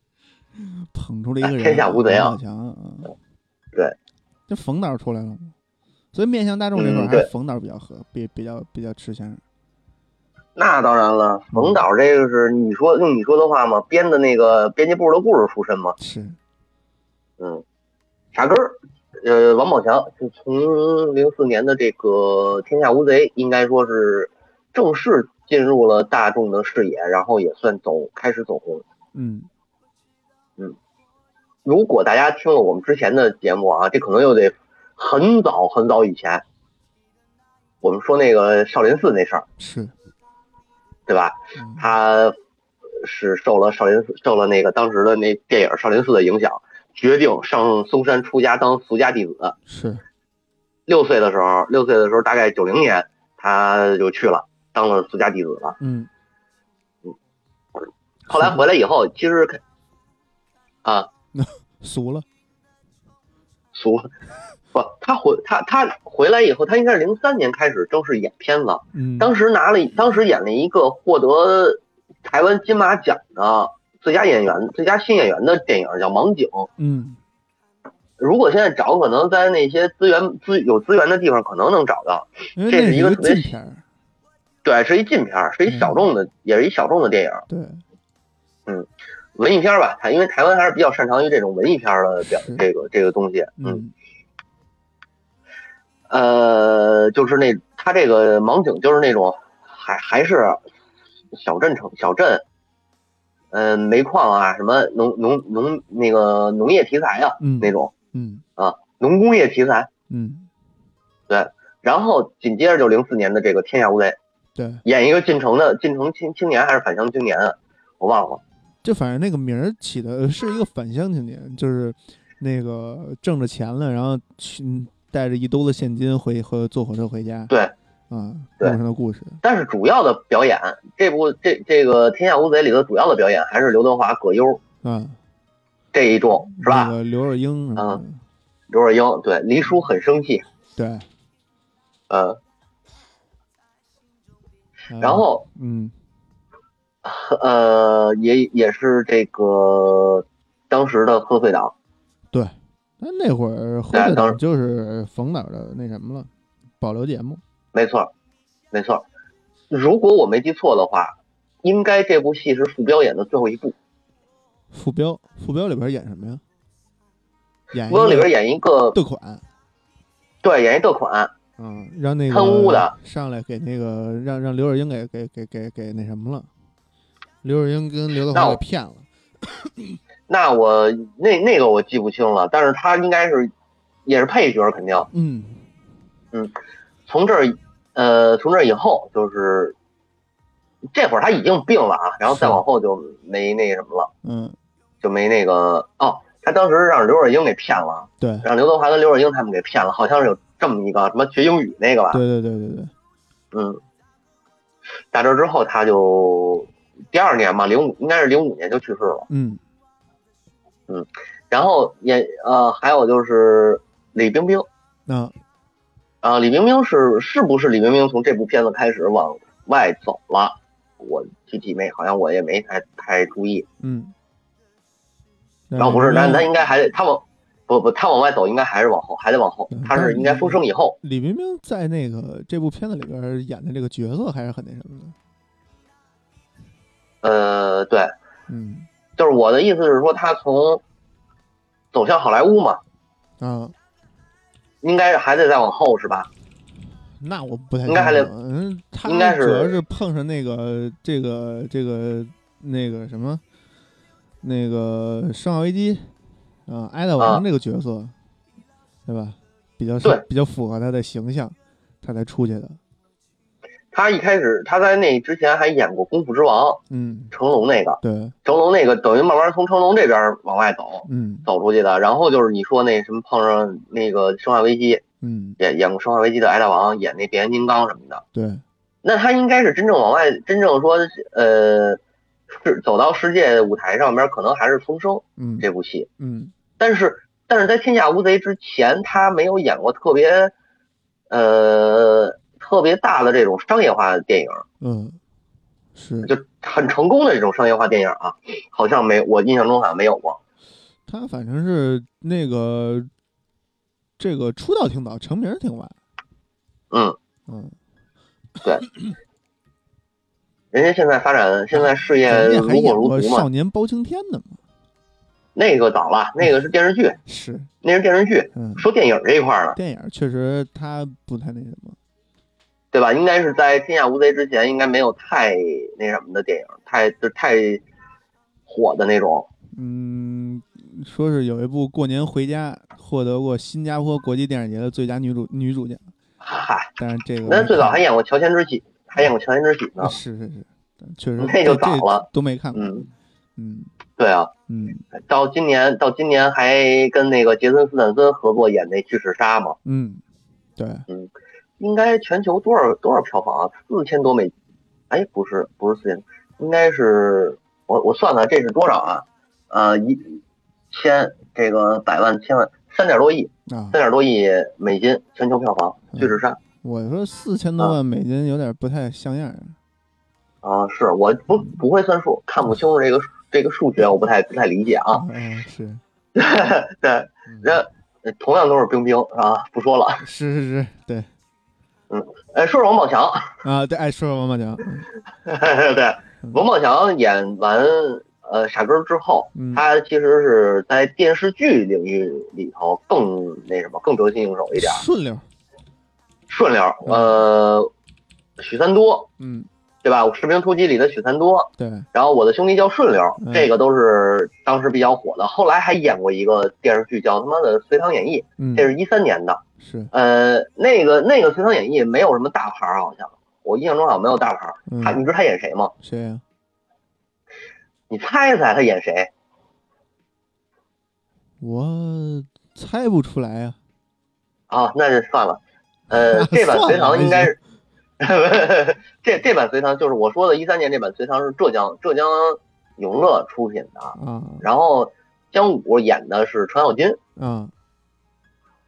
A: [LAUGHS] 捧出了一个人，
B: 天下无贼啊
A: 王宝强，嗯，
B: 对，
A: 这冯导出来了嘛，所以面向大众这块儿
B: 嗯
A: 还
B: 对
A: 是冯导比较合，比比较比较吃香。
B: 那当然了，
A: 嗯
B: 冯导这个是你说用你说的话吗？编的那个编辑部的故事出身吗？
A: 是，
B: 嗯，傻根儿，呃，王宝强是从零四年的这个《天下无贼》，应该说是正式进入了大众的视野，然后也算走开始走红。
A: 嗯
B: 如果大家听了我们之前的节目啊，这可能又得很早很早以前，我们说那个少林寺那事儿，
A: 是，
B: 对吧？
A: 嗯
B: 他是受了少林寺受了那个当时的那电影《少林寺》的影响，决定上嵩山出家当俗家弟子。
A: 是，
B: 六岁的时候，六岁的时候大概九零年，他就去了当了俗家弟子了。
A: 嗯，
B: 后来回来以后，其实啊
A: 俗了，
B: 俗不，他回他他回来以后，他应该是零三年开始正式演片子。
A: 嗯，
B: 当时拿了，当时演了一个获得台湾金马奖的最佳演员、最佳新演员的电影，叫《盲井》。
A: 嗯
B: 如果现在找，可能在那些资源资有资源的地方，可能能找到。
A: 因为
B: 这
A: 那
B: 是
A: 是
B: 一个
A: 个
B: 特别
A: 禁片儿，
B: 对，是一禁片儿，是一小众的，也是一小众的电影，
A: 对，
B: 文艺片儿吧。它因为台湾还是比较擅长于这种文艺片儿的表
A: 是
B: 这个这个东西。嗯，
A: 嗯
B: 呃，就是那他这个盲井，就是那种还还是小镇城小镇。嗯，煤矿啊，什么农农农那个农业题材啊，
A: 嗯
B: 那种，
A: 嗯
B: 农工业题材，
A: 嗯，
B: 然后紧接着就零四年的这个《天下无贼》，
A: 对，
B: 演一个进城的进城青青年还是返乡青年啊，我忘了。
A: 就反正那个名儿起的是一个返乡青年，就是那个挣着钱了，然后去嗯带着一兜子现金回回坐火车回家。
B: 对，
A: 啊，路
B: 对
A: 上的故事，
B: 但是主要的表演，这部这这个《天下无贼》里的主要的表演还是刘德华、葛优
A: 啊，
B: 这一众
A: 那
B: 是吧？嗯
A: 个刘若英什么的，
B: 刘若英对黎叔很生气，
A: 对，
B: 嗯，
A: 嗯
B: 然后
A: 嗯
B: 呃也也是这个当时的贺岁档，
A: 对，但那会儿贺
B: 对
A: 岁
B: 当
A: 档
B: 时
A: 就是冯导的那什么了，保留节目，
B: 没错儿，没错儿。如果我没记错的话，应该这部戏是傅彪演的最后一部。
A: 傅彪，傅彪里边演什么呀？演
B: 傅彪里边
A: 演
B: 演一个
A: 贷款，
B: 对，演一个款，
A: 嗯，让那个
B: 贪污的
A: 上来给那个让让刘若英给给给给给那什么了，刘若英跟刘德
B: 那
A: 华给
B: 我
A: 骗了，
B: 那我那那个我记不清了，但是他应该是也是配角，肯定。
A: 嗯，
B: 从这儿，呃，从这儿以后就是这会儿他已经病了啊，然后再往后就没那什么了，
A: 嗯，
B: 就没那个哦，他当时让刘若英给骗了，啊
A: 对，
B: 让刘德华跟刘若英他们给骗了，好像是有这么一个什么学英语那个吧，
A: 对对对对对，
B: 嗯。打这之后，他就第二年嘛，零五应该是零五年就去世了。
A: 嗯，
B: 然后也呃，还有就是李冰冰
A: 那
B: 啊、李冰冰是是不是李冰冰从这部片子开始往外走了？我具体没，好像我也没太太注意。
A: 嗯，
B: 然后不是，
A: 那
B: 那他应该还得他往不不，他往外走应该还是往后，还得往后
A: 嗯。
B: 他是应该出生以后，
A: 李冰冰在那个这部片子里边演的这个角色还是很那什么的，
B: 呃，对，
A: 嗯
B: 就是我的意思是说，他从走向好莱坞嘛，
A: 啊，
B: 应该还得再往后是吧？
A: 那我不太
B: 应该还得
A: 清楚嗯，他
B: 应该是
A: 主要是碰上那个这个这个那个什么，那个《生化危机》啊，艾达
B: 啊
A: 王这个角色，对吧？比较
B: 对
A: 比较符合他的形象，他才出去的。
B: 他一开始他在那之前还演过《功夫之王》，
A: 嗯，
B: 成龙那个，
A: 对，
B: 成龙那个等于慢慢从成龙这边往外走。
A: 嗯
B: 走出去的。然后就是你说那什么碰上那个《生化危机》，
A: 嗯，
B: 演演过《生化危机》的挨大王，演那变形金刚什么的，
A: 对，
B: 那他应该是真正往外，真正说呃，是走到世界舞台上面，可能还是《重生》
A: 嗯
B: 这部戏，
A: 嗯
B: 但是但是在《天下无贼》之前，他没有演过特别呃特别大的这种商业化的电影。
A: 嗯，是
B: 就很成功的这种商业化电影啊，好像没，我印象中好像没有过。
A: 他反正是那个这个出道挺早，成名儿挺晚。
B: 嗯，
A: 嗯，
B: 人家现在发展，现在事业
A: 人家还
B: 嗯如火
A: 演
B: 如
A: 过
B: 荼
A: 《
B: 嘛
A: 少，年包青天》呢嘛。
B: 那个早了，那个是电视剧，
A: 是，
B: 那是电视剧。
A: 嗯，
B: 说电影这一块儿呢，
A: 电影儿确实他不太那什么，
B: 对吧？应该是在《天下无贼》之前，应该没有太那什么的电影，太就太火的那种。
A: 嗯，说是有一部《过年回家》获得过新加坡国际电影节的最佳女主女主奖，
B: 嗨，
A: 但是这个
B: 那最早还
A: 演
B: 演过《乔迁之喜》，还演过《乔迁之喜》呢。
A: 是是是，但确实
B: 那
A: 这这
B: 就早了
A: 都没看过，
B: 嗯
A: 嗯
B: 对啊，
A: 嗯
B: 到今年到今年还跟那个杰森斯坦森合作演那《巨齿鲨》嘛，
A: 嗯，对，
B: 应该全球多少多少票房啊？四千多美，哎，不是不是四千，应该是我我算算这是多少啊？呃，一千这个百万千万三点多亿，
A: 啊
B: 三，点多亿美金全球票房，《巨齿鲨》
A: 我说四千多万美金有点不太像样儿，
B: 啊，是我不不会算数，看不清楚这个这个数学，我不太不太理解啊。
A: 嗯是，
B: 对，
A: 嗯
B: 这同样都是冰冰啊，不说了。
A: 是是是，对
B: 哎，说说王宝强， [LAUGHS]
A: 啊，对，哎，说说王宝强，
B: 对，王宝强演完呃傻根儿之后，
A: 嗯
B: 他其实是在电视剧领域里头更那什么，更得心应手一点儿。
A: 顺溜儿，
B: 顺溜儿，呃，许三多
A: 嗯，
B: 对吧？《士兵突击》里的许三多，
A: 对，
B: 然后我的兄弟叫顺溜
A: 嗯，
B: 这个都是当时比较火的。后来还演过一个电视剧叫他妈的《隋唐演义》，
A: 嗯
B: 这是一三年的。
A: 是，
B: 呃，那个那个《隋唐演义》没有什么大牌儿，啊好像我印象中好像没有大牌儿。
A: 嗯
B: 他你知道他演谁吗？
A: 谁呀？
B: 你猜猜他演谁？
A: 我猜不出来呀、
B: 啊，那就算了。呃，这版《隋唐》应该是， [LAUGHS] 这这版《隋唐》就是我说的，一三年这版《隋唐》是浙江浙江永乐出品的，
A: 啊
B: 然后姜武演的是程咬金，
A: 啊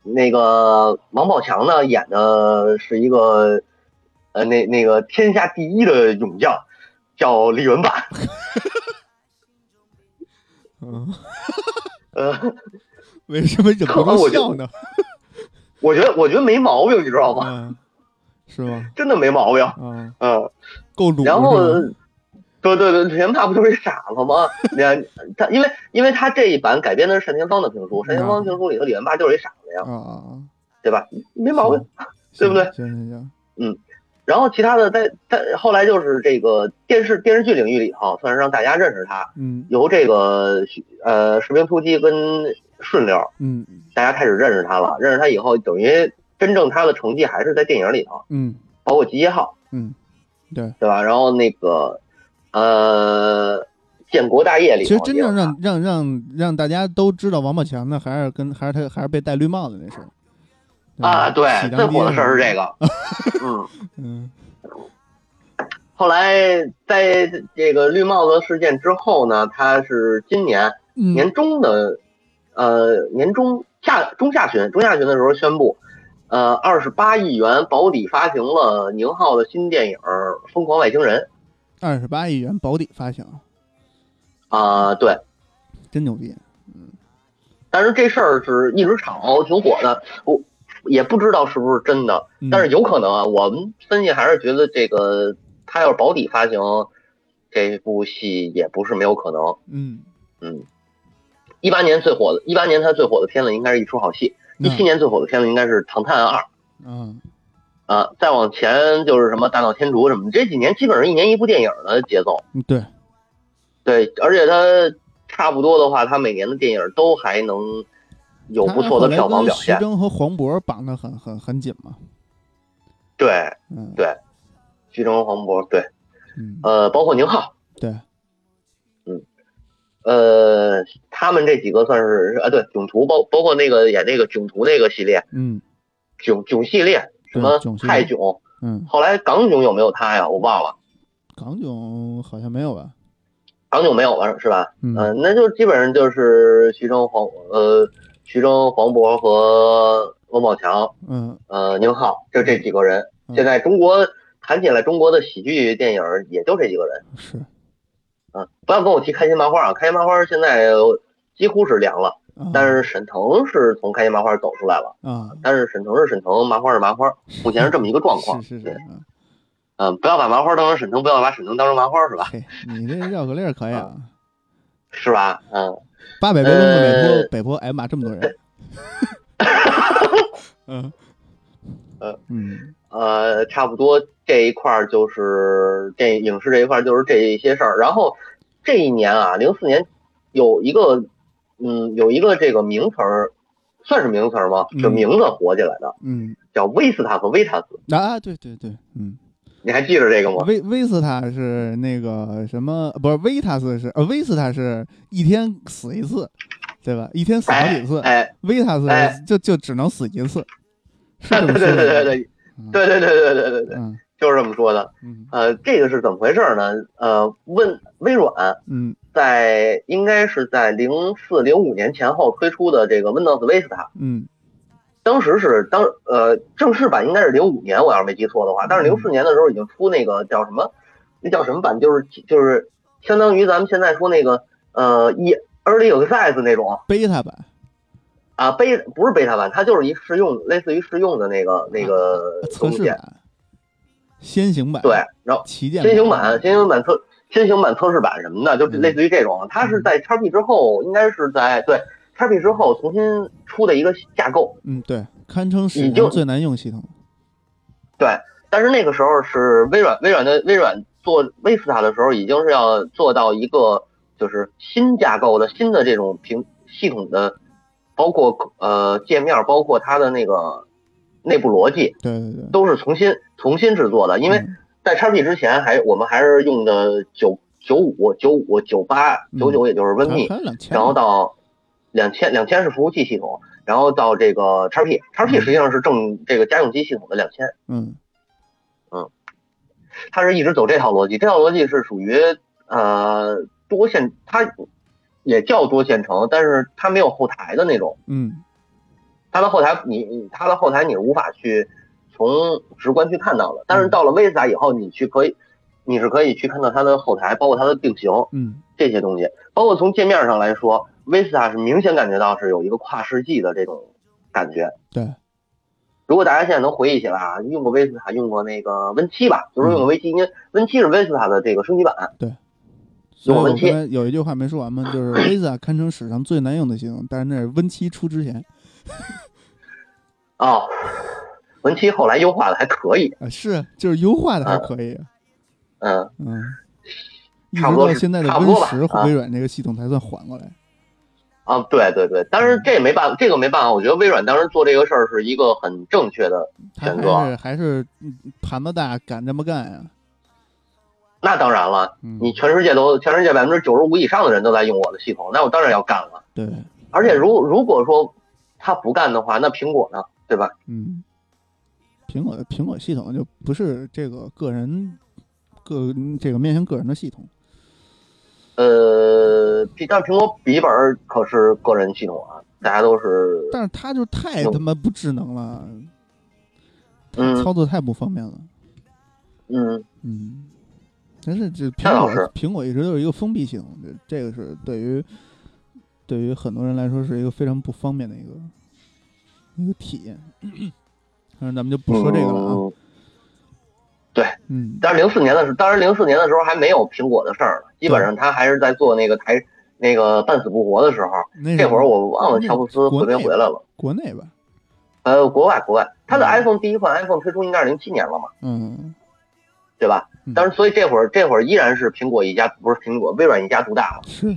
B: 那个王宝强呢演的是一个呃那那个天下第一的勇将，叫李文霸。
A: 嗯， [LAUGHS]
B: 呃，
A: 为什么忍不住
B: 我就 [LAUGHS]
A: 笑呢？
B: 我觉得我觉得没毛病，你知道吗？
A: 啊，是吗？
B: 真的没毛病。
A: 啊，
B: 嗯，
A: 够鲁。
B: 然后呃
A: 是吗
B: 对对对，田怕不就是一傻子吗？连他因为因为他这一版改编的是单田芳的评书，单田芳评书里头李文霸就是一傻子呀，
A: 啊啊啊，
B: 对吧？没毛病。对
A: 行
B: 不对？
A: 行行行，
B: 然后其他的在在后来就是这个电视电视剧领域里头，算是让大家认识他，
A: 嗯
B: 由这个呃《士兵突击》跟《顺溜》，
A: 嗯
B: 大家开始认识他了。认识他以后，等于真正他的成绩还是在电影里头，
A: 嗯
B: 包括《集结号
A: 嗯，对》，。
B: 对吧？然后那个呃《建国大业》里
A: 其
B: 头也
A: 实
B: 有他，
A: 真正让让让让大家都知道王宝强的，还是跟还是他还是被戴绿帽子那事儿
B: 啊，
A: 嗯
B: 对，最火的事儿是这
A: 个。
B: 个。嗯，
A: 嗯
B: 后来在这个绿帽子事件之后呢，他是今年
A: 嗯
B: 年中的，呃，年中下中下旬，中下旬的时候宣布，呃，二十八亿元保底发行了宁浩的新电影儿《疯狂外星人
A: 二十八亿元保底发行，》
B: 啊、对。
A: 真牛逼！
B: 但是这事儿是一直炒，挺火的，我也不知道是不是真的，
A: 嗯
B: 但是有可能啊。我们分析还是觉得这个他要是保底发行，这部戏也不是没有可能。
A: 嗯，
B: 一八年最火的，一八年他最火的片子应该是一出好戏，一七年最火的片子应该是《唐探二》。
A: 嗯
B: 啊，再往前就是什么《大闹天竺》什么，这几年基本上一年一部电影的节奏。
A: 嗯对，
B: 对，而且它差不多的话，它每年的电影都还能有不错的票
A: 他后
B: 房表
A: 来跟徐
B: 现。
A: 峥和黄渤绑得很很很紧嘛。
B: 对，
A: 嗯
B: 徐峥、黄渤，对，
A: 嗯，
B: 呃，包括宁浩，
A: 对，
B: 呃，他们这几个算是啊，对，囧途包包括那个演那个囧途那个系列，
A: 嗯
B: 囧囧系列，什
A: 对
B: 么
A: 囧系列
B: 泰囧，
A: 嗯，
B: 后来港囧有没有他呀？我忘了，
A: 港囧好像没有吧？
B: 港囧没有了是吧？
A: 嗯
B: 嗯，那就基本上就是徐峥、黄呃，徐峥、黄渤和王宝强，
A: 嗯
B: 呃，宁浩，就这几个人。
A: 嗯
B: 现在中国谈起来，中国的喜剧电影儿也就这几个人
A: 嗯是
B: 啊。不要跟我提开心麻花啊，开心麻花现在几乎是凉了，
A: 啊
B: 但是沈腾是从开心麻花走出来了，
A: 啊
B: 但是沈腾是沈腾，麻花是麻花，目前是这么一个状况。
A: 是是是
B: 对，
A: 啊，
B: 嗯，不要把麻花当成沈腾，不要把沈腾当成麻花，是吧？
A: 嘿，你这绕口令儿可以啊。
B: 是吧？嗯，
A: 八百多公里，北
B: 呃
A: 坡北坡，哎呀妈，这么多
B: [LAUGHS]
A: 人。嗯
B: 呃
A: 嗯
B: 呃，差不多这一块儿就是这影视这一块儿就是这一些事儿。然后这一年啊，零四年有一个，嗯，有一个这个名词儿，算是名词儿吗？
A: 嗯
B: 这名字火起来的，
A: 嗯，
B: 叫威斯塔和维塔斯，
A: 啊，对对对，嗯，
B: 你还记着这个吗？
A: 威威斯塔是那个什么，不是维塔斯是呃，维斯塔是一天死一次，对吧？一天死好几次，
B: 哎，
A: 维塔斯
B: 哎
A: 就就只能死一次，是这么
B: 对对
A: 说
B: 对对对
A: 的吗？
B: 对对对对对对对，
A: 嗯
B: 就是这么说的。
A: 嗯
B: 呃，这个是怎么回事儿呢？呃，问微软
A: 嗯
B: 在应该是在零四零五年前后推出的这个 Windows Vista。
A: 嗯
B: 当时是当呃正式版应该是零五年，我要是没记错的话，但是零
A: 嗯
B: 四年的时候已经出那个叫什么，那叫什么版，就是就是相当于咱们现在说那个呃一 early access 那种
A: 贝塔版
B: 啊，贝不是贝塔版，它就是一试用，类似于试用的那个那个
A: 啊测
B: 东
A: 试
B: 西。
A: 版、先行版、
B: 对，然后
A: 旗舰
B: 先行版、先行版测、先行版测试版什么的，就类似于这种。它是在 XP 之后，应该是在对 XP 之后重新出的一个架构。
A: 嗯对，堪称史
B: 你就
A: 上最难用系统。
B: 对，但是那个时候是微软，微软的微软做 Vista 的时候，已经是要做到一个就是新架构的新的这种平系统的，包括呃界面，包括它的那个内部逻辑，
A: 对对对，
B: 都是重新重新制作的。因为
A: 嗯
B: 在 XP 之前还我们还是用的九九五、九五、九八、九九，也就是
A: 还
B: Win
A: 还有两千，
B: 然后到两千两千是服务器系统，然后到这个 XP，XP 实际上是正这个家用机系统的两千。
A: 嗯
B: 他是一直走这套逻辑，这套逻辑是属于呃多线，它也叫多线程，但是它没有后台的那种。
A: 嗯
B: 它的后台你你它的后台你无法去从直观去看到的，但是到了 Visa 以后，你去可以，你是可以去看到它的后台，包括它的定型
A: 嗯
B: 这些东西，包括从界面上来说，Visa 是明显感觉到是有一个跨世纪的这种感觉。
A: 对，
B: 如果大家现在能回忆起来啊，用过 Vista，用过那个 Win 七吧，就是用过 Win 七，因为 Win 七是 Vista 的这个升级版。
A: 所以我刚
B: 有问题
A: 才有一句话没说完嘛，就是 Visa 堪称史上最难用的系统，但是那是 Win 七出之前
B: 哦，Win 七后来优化的还可以，
A: 啊，是就是优化的还可以，
B: 嗯，
A: 嗯，一直
B: 差不多
A: 到
B: 是
A: 现在的
B: 差不
A: Win
B: 多吧
A: 十，
B: 啊
A: 微软这个系统才算缓过来。
B: 啊，对对对，但
A: 嗯
B: 是这也没办法，这个没办法，我觉得微软当时做这个事儿是一个很正确的，
A: 他
B: 选择
A: 还是还是嗯盘子大，敢这么干呀、
B: 那当然了，
A: 嗯，
B: 你全世界都全世界百分之九十五以上的人都在用我的系统，那我当然要干了。
A: 对，
B: 而且如如果说他不干的话，那苹果呢，对吧？
A: 嗯，苹果的苹果系统就不是这个个人个这个面向个人的系统。
B: 呃，但苹果笔记本儿可是个人系统啊，大家都是
A: 但是它就太
B: 嗯
A: 他妈不智能了，
B: 嗯
A: 操作太不方便了。
B: 嗯，
A: 嗯，但是这苹
B: 那
A: 果
B: 倒是
A: 苹果一直都是一个封闭系统，这这个是对于对于很多人来说是一个非常不方便的一个一个体验。但是咱们就不说这个了啊。
B: 嗯
A: 嗯，
B: 但是零四年的时候，当然零四年的时候还没有苹果的事儿呢，基本上他还是在做那个台那个半死不活的时候。
A: 嗯哦那
B: 这会儿
A: 是
B: 我忘了乔布斯回没回来了。
A: 国内吧，
B: 呃，国外国外，他的
A: 嗯
B: iPhone 第一款 iPhone 推出应该是零七年了嘛，
A: 嗯，
B: 对吧
A: 嗯？
B: 当然，所以这会儿这会儿依然是苹果一家，不是苹果，微软一家独大嘛，
A: 是，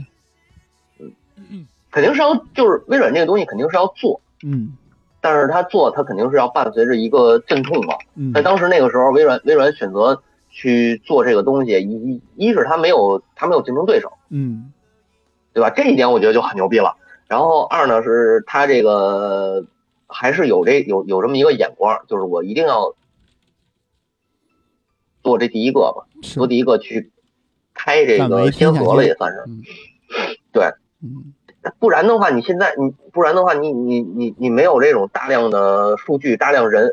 B: 肯定是要就是微软这个东西肯定是要做，
A: 嗯
B: 但是他做他肯定是要伴随着一个阵痛嘛。
A: 嗯
B: 在，当时那个时候，微软微软选择去做这个东西，一一是他没有他没有竞争对手。
A: 嗯
B: 对吧？这一点我觉得就很牛逼了。然后二呢是他这个还是有这有有这么一个眼光，就是我一定要做这第一个吧，
A: 是
B: 做，第一个去开这
A: 占为
B: 个
A: 天
B: 先
A: 下
B: 河了
A: 先
B: 也算是，
A: 嗯，
B: 对，
A: 嗯
B: 不然的话你现在你不然的话你你你你没有这种大量的数据、大量人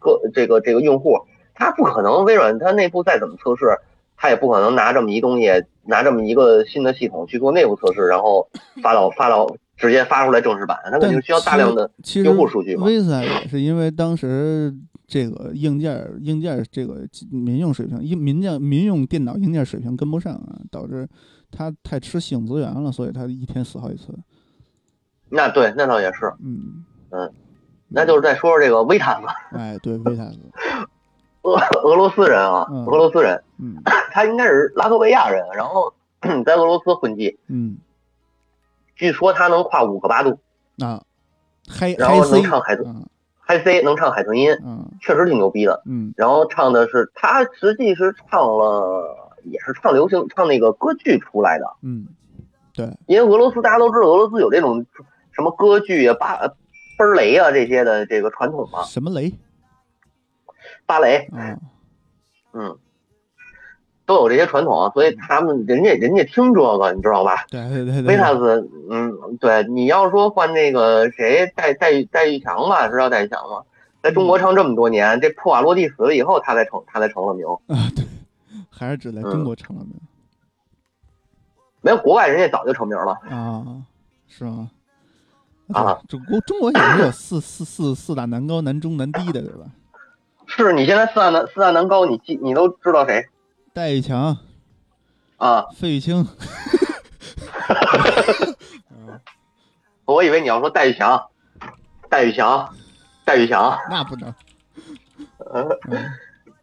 B: 个这个这个用户，他不可能微软它内部再怎么测试，他也不可能拿这么一东西拿这么一个新的系统去做内部测试，然后发到发到直接发出来正式版，他肯定需要大量的
A: 其实
B: 用户数据嘛
A: Visa 也是因为当时这个硬件儿硬件儿这个民用水平，民民用民用电脑硬件水平跟不上啊，导致它太吃系统资源了，所以它一天死好几次。
B: 那对，那倒也是。
A: 嗯，
B: 那就是再说说这个维塔斯，
A: 哎，对，Visa，
B: 俄俄罗斯人啊
A: 嗯，
B: 俄罗斯人，
A: 嗯
B: 他应该是拉脱维亚人，然后在俄罗斯混迹，
A: 嗯，
B: 据说他能跨五个八度，
A: 啊，嗨
B: 然后
A: 嗨 C，
B: 能唱海豚，
A: 嗯
B: 嗨 C 能唱海豚音，
A: 嗯
B: 确实挺牛逼的。
A: 嗯
B: 然后唱的是他实际是唱了，也是唱流行唱那个歌剧出来的，
A: 嗯，对，
B: 因为俄罗斯大家都知道，俄罗斯有这种什么歌剧啊、芭呃芭蕾啊这些的这个传统嘛，
A: 什么雷
B: 芭蕾，
A: 啊？
B: 嗯，都有这些传统啊，所以他们人家人家听这个，你知道吧？
A: 对对对对
B: 维塔，斯，嗯，对，你要说换那个谁，戴戴戴玉强吧，知道戴玉强吗？在中国唱这么多年，这破瓦落地死了以后，他才成他才成了名。
A: 啊对，还是只在
B: 嗯
A: 中国唱了没有
B: 没有国外人家早就成名了。
A: 啊？是吗？
B: 啊，
A: 中国中国也是有四四四四大男高、男中、男低的，对吧？
B: 是你现在四大男四大男高，你记你都知道谁
A: 戴玉强、
B: 啊？
A: 费玉清， [LAUGHS]
B: 我以为你要说戴玉强，戴玉强，戴玉强，
A: 那不能。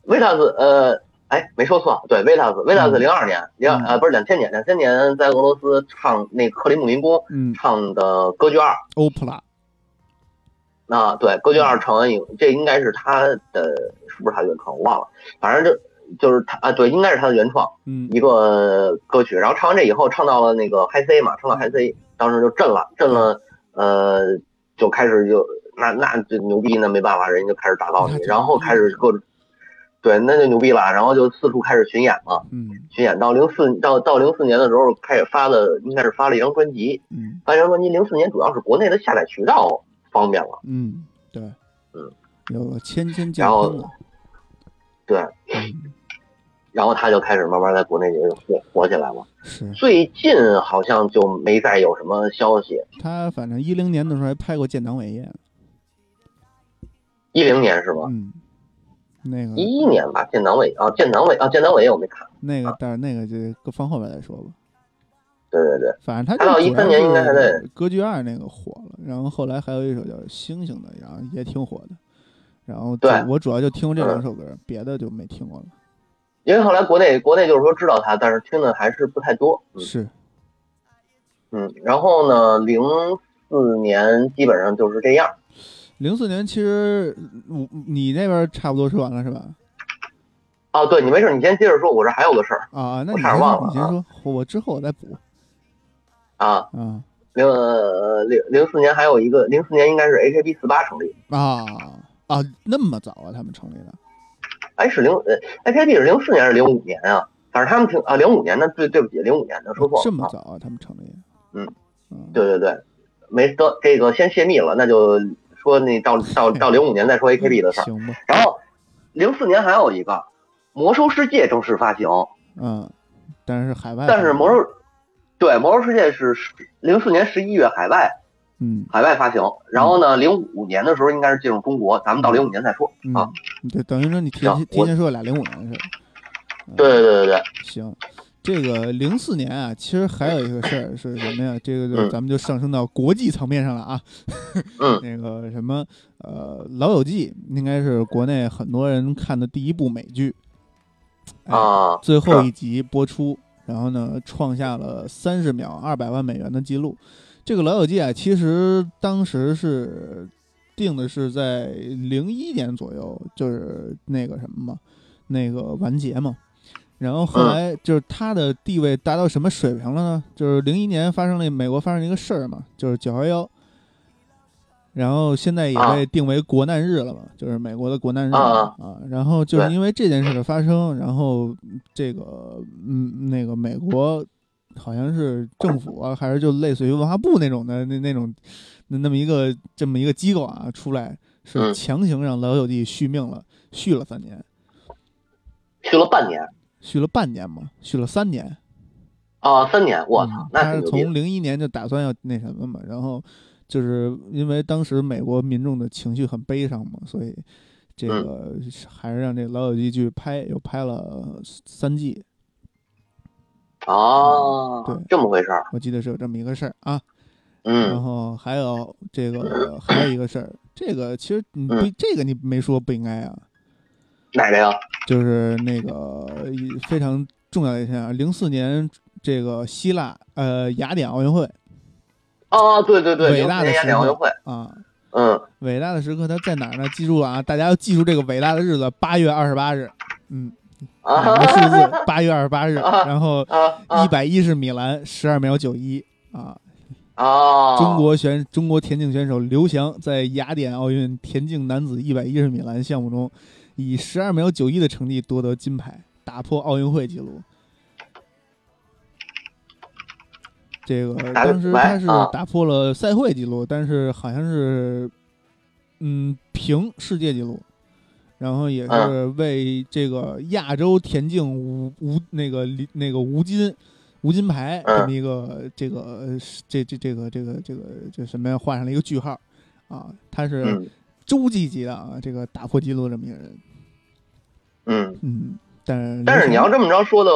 B: 维塔斯，呃，哎，没说错，对，维塔斯，维塔斯零二年零
A: 嗯
B: 呃不是两千年，两千年在俄罗斯唱那克里姆林宫
A: 嗯
B: 唱的歌剧二。
A: ，OPLA
B: 啊，对，《歌剧
A: 嗯
B: 二》成恩影，这应该是他的，是不是他原创？我忘了，反正就就是他啊，对，应该是他的原创
A: 嗯
B: 一个歌曲。然后唱完这以后，唱到了那个嗨 C 嘛，唱到嗨 C，当时就震了，震了，呃，就开始就那那就牛逼，那没办法，人家就开始打造你嗯
A: 那，就
B: 然后开始各种，对，那就牛逼了。然后就四处开始巡演嘛，
A: 嗯
B: 巡演到零四到到零四年的时候开始发的，应该是发了一张专辑，
A: 嗯
B: 发一张专辑。零四年主要是国内的下载渠道方便了，
A: 嗯，对，
B: 嗯，
A: 有了千千架
B: 然后
A: 空了，
B: 对，
A: 嗯，
B: 然后他就开始慢慢在国内也就火火起来了。
A: 是
B: 最近好像就没再有什么消息。
A: 他反正一零年的时候还拍过《建党伟业》，
B: 一零年是吧？
A: 嗯，那个
B: 一一年吧，建党委啊，建党委啊，建党委我没看。
A: 那个，但是那个就放后边再说吧。
B: 对对对，
A: 反正他
B: 他到
A: 就主
B: 13
A: 要
B: 年应该还在
A: 是歌剧二那个火了，然后后来还有一首叫《星星》的，然后也挺火的。然后就
B: 对
A: 我主要就听过这两首歌，别的就没听过了。
B: 因为后来国内国内就是说知道他，但是听的还是不太多。嗯
A: 是，
B: 嗯，然后呢，零四年基本上就是这样。
A: 零四年其实我你那边差不多说完了是吧？
B: 哦，对你没事，你先接着说，我这还有个事儿
A: 啊，那
B: 我
A: 你
B: 差
A: 先
B: 点忘了
A: 你先
B: 啊
A: 说，我我之后我再补
B: 啊。
A: 啊
B: 零呃零零四年还有一个，零四年应该是 AKB 四八成立，
A: 啊啊！那么早啊，他们成立的
B: 哎是零呃 AKB 是零四年还是零五年啊？反正他们挺啊零五年的，对对不起，零五年的说错了。
A: 这么
B: 啊
A: 早啊，他们成立？
B: 嗯
A: 嗯，
B: 对对对，没得这个先泄密了，那就说那到到到零五年再说 AKB 的事儿。
A: 行吧，
B: 然后零四年还有一个《魔兽世界》正式发行，
A: 嗯，但是海外，
B: 但是《魔兽》对《魔兽世界》是零四年十一月海外
A: 嗯
B: 海外发行，然后呢，零五年的时候应该是进入中国，咱们到零五年再说啊
A: 嗯。，对，等于说你提
B: 行
A: 前提
B: 我
A: 前说俩零五年的事儿。嗯
B: 对对对对
A: 哎
B: 对，
A: 行，这个零四年啊，其实还有一个事儿是什么呀？这个就
B: 嗯
A: 咱们就上升到国际层面上了啊。
B: 嗯
A: [LAUGHS] 那个什么，呃，《老友记》应该是国内很多人看的第一部美剧，哎
B: 啊，
A: 最后
B: 是
A: 一集播出，然后呢，创下了三十秒二百万美元的记录。这个《老友记》啊，其实当时是定的是在零一年左右，就是那个什么嘛，那个完结嘛。然后
B: 嗯
A: 后来就是它的地位达到什么水平了呢？就是零一年发生了美国发生了一个事儿嘛，就是九幺幺。然后现在也
B: 啊
A: 被定为国难日了嘛，就是美国的国难日
B: 啊
A: 嘛啊。然后就是
B: 对
A: 因为这件事的发生，然后这个嗯，那个美国好像是政府啊，还是就类似于文化部那种的那那种那那么一个这么一个机构啊，出来是
B: 嗯
A: 强行让老友记续命了，续了三年，
B: 续了半年
A: 续了半年嘛，续了三年。
B: 啊，三年，我操
A: 嗯，
B: 那
A: 他
B: 挺
A: 是
B: 牛逼
A: 从零一年就打算要那什么嘛，然后就是因为当时美国民众的情绪很悲伤嘛，所以这
B: 嗯
A: 个还是让这老友记去拍，又拍了三季，
B: 的啊
A: 嗯对，
B: 这么回事儿，
A: 我记得是有这么一个事儿啊。然
B: 嗯，
A: 后还有这个还有一个事儿，这个其实你不
B: 嗯
A: 这个你没说不应该啊，
B: 哪个呀？
A: 就是那个一非常重要的一天啊，零四年这个希腊呃雅典奥运会
B: 啊，对对对，
A: 伟
B: 零
A: 大
B: 四
A: 的
B: 年
A: 时
B: 雅
A: 刻
B: 典奥运会，
A: 啊，
B: 嗯，
A: 伟大的时刻它在哪儿呢？记住了啊，大家要记住这个伟大的日子，八月二十八日，嗯，
B: 啊
A: 两
B: [LAUGHS]
A: 个数字，八月二十八日，
B: 啊
A: 然后
B: 啊
A: 一
B: 啊
A: 百一是米兰十二秒九一啊，
B: 啊！
A: 中国选中国田径选手刘翔在雅典奥运田径男子一百一十米栏项目中，以十二秒九一的成绩夺得金牌，打破奥运会纪录。这个
B: 打得
A: 当时
B: 哎来
A: 他是
B: 啊
A: 打破了赛会纪录，但是好像是嗯平世界纪录，然后也
B: 嗯
A: 是为这个亚洲田径无无那个里那个无金无金牌
B: 嗯
A: 这么一个这个呃是这这这个这个这个这什么呀，画上了一个句号啊，他是
B: 嗯
A: 洲际级的啊，这个打破纪录这么一个人，
B: 嗯，
A: 嗯，但是
B: 但是你要这么着说的，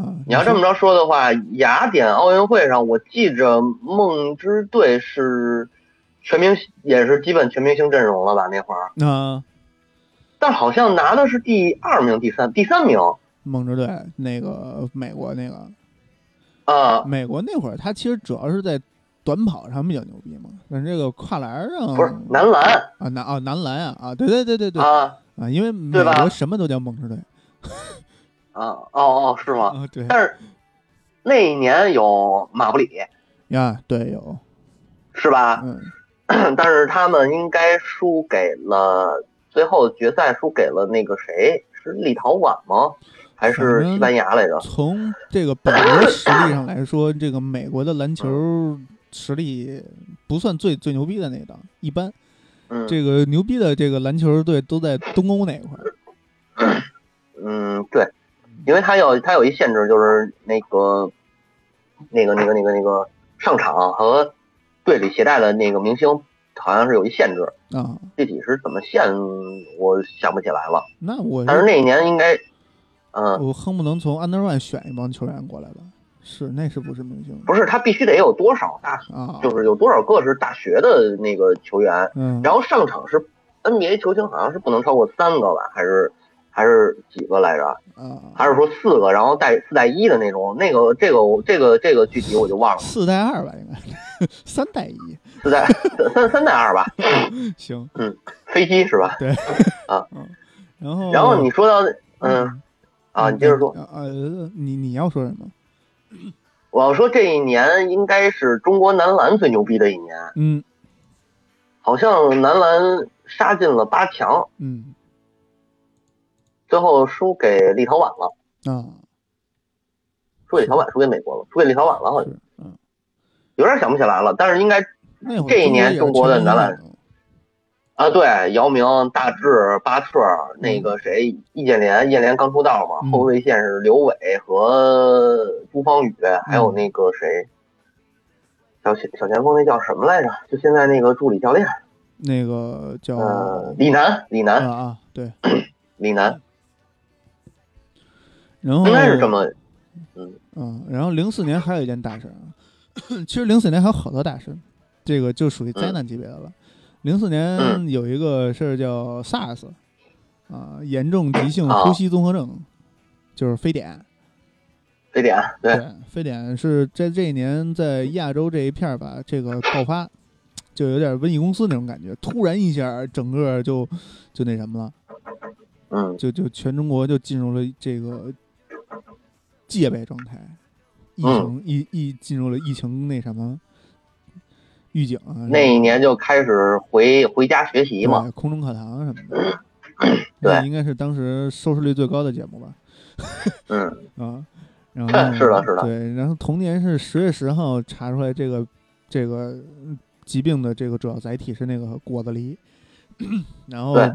A: 啊，
B: 你要这么
A: 着
B: 着说的话，雅典奥运会上，我记着梦之队是全明星，也是基本全明星阵容了吧？那会儿，
A: 啊，
B: 但好像拿的是第二名、第三、第三名
A: 梦之队那个美国那个
B: 啊。
A: 美国那会儿，他其实主要是在短跑上比较牛逼嘛，但是这个跨栏儿上
B: 不是男篮
A: 啊男哦男篮啊啊，对对对嗯对对
B: 啊
A: 啊，因为美
B: 对吧
A: 国什么都叫梦之队
B: 啊哦哦是吗？
A: 啊，对
B: 但是那一年有马布里
A: 呀，对有
B: 是吧？
A: 嗯
B: [CLEARS THROAT] 但是他们应该输给了最后决赛输给了那个谁？是是立陶宛吗？还是西班牙来着？
A: 从这个本国实力上来说，这个美国的篮球
B: 嗯
A: 实力不算最最牛逼的那一档，一般。
B: 嗯，
A: 这个牛逼的这个篮球队都在东欧那一块儿。
B: 嗯，对，因为它有它有一限制，就是那个那个那个那个那个上场和队里携带的那个明星好像是有一限制，
A: 啊，
B: 具体是怎么限我想不起来了。
A: 那我
B: 但是那一年应该，嗯，
A: 我恨不能从 Under One 选一帮球员过来吧？是，那是不是明星
B: 不是，他必须得有多少大，
A: 啊？
B: 就是有多少个是大学的那个球员，
A: 嗯，
B: 然后上场是 NBA 球星好像是不能超过三个吧，还是还是几个来着？
A: 啊，
B: 还是说四个，然后带四带一的那种？那个这个我这个这个具体我就忘了，
A: 四带二吧，应该三带一， [LAUGHS]
B: 四带三三带二吧，
A: 行。
B: 飞机是吧？
A: 然后，
B: 然后你说到嗯啊，你接着说，
A: 呃，你你要说什么？
B: 我要说这一年应该是中国男篮最牛逼的一年，
A: 嗯
B: 好像男篮杀进了八强，
A: 嗯
B: 最后输给立陶宛了。
A: 啊，
B: 输给立陶宛，输给美国了，输给立陶宛了，好像
A: 是嗯，
B: 有点想不起来了。但是应该
A: 那会儿
B: 这一年
A: 中
B: 中国的男篮
A: 篮，
B: 啊，对，姚明、大志、巴特，那个谁，易建联，易建联刚出道嘛，
A: 嗯
B: 后卫线是刘伟和朱芳雨，
A: 嗯
B: 还有那个谁，小前小前锋那叫什么来着？就现在那个助理教练，
A: 那个叫
B: 呃，李楠，李
A: 啊
B: 楠，
A: 啊对，
B: 李楠，
A: 然后
B: 应该是这么，
A: 嗯，然后零四年还有一件大事儿啊，其实零四年还有好多大事，这个就属于灾难级别的了。零四年
B: 嗯
A: 有一个事儿叫 SARS，啊，严重急性
B: 哦
A: 呼吸综合症，就是非典。
B: 非典，对，
A: 对，非典是在这一年在亚洲这一片儿吧，这个爆发，就有点瘟疫公司那种感觉，突然一下整个就就那什么了，
B: 嗯，
A: 就就全中国就进入了这个戒备状态，疫情疫疫进入了疫情那什么预警啊，
B: 那一年就开始回回家学习嘛，
A: 对空中课堂什么
B: [CLEARS THROAT]
A: 的，那
B: 对
A: 应该是当时收视率最高的节目吧。
B: 嗯，
A: [LAUGHS] 啊，然后
B: 是的是的
A: 对，然后同年是十月十号查出来这个这个嗯疾病的这个主要载体是那个果子狸，然后
B: 对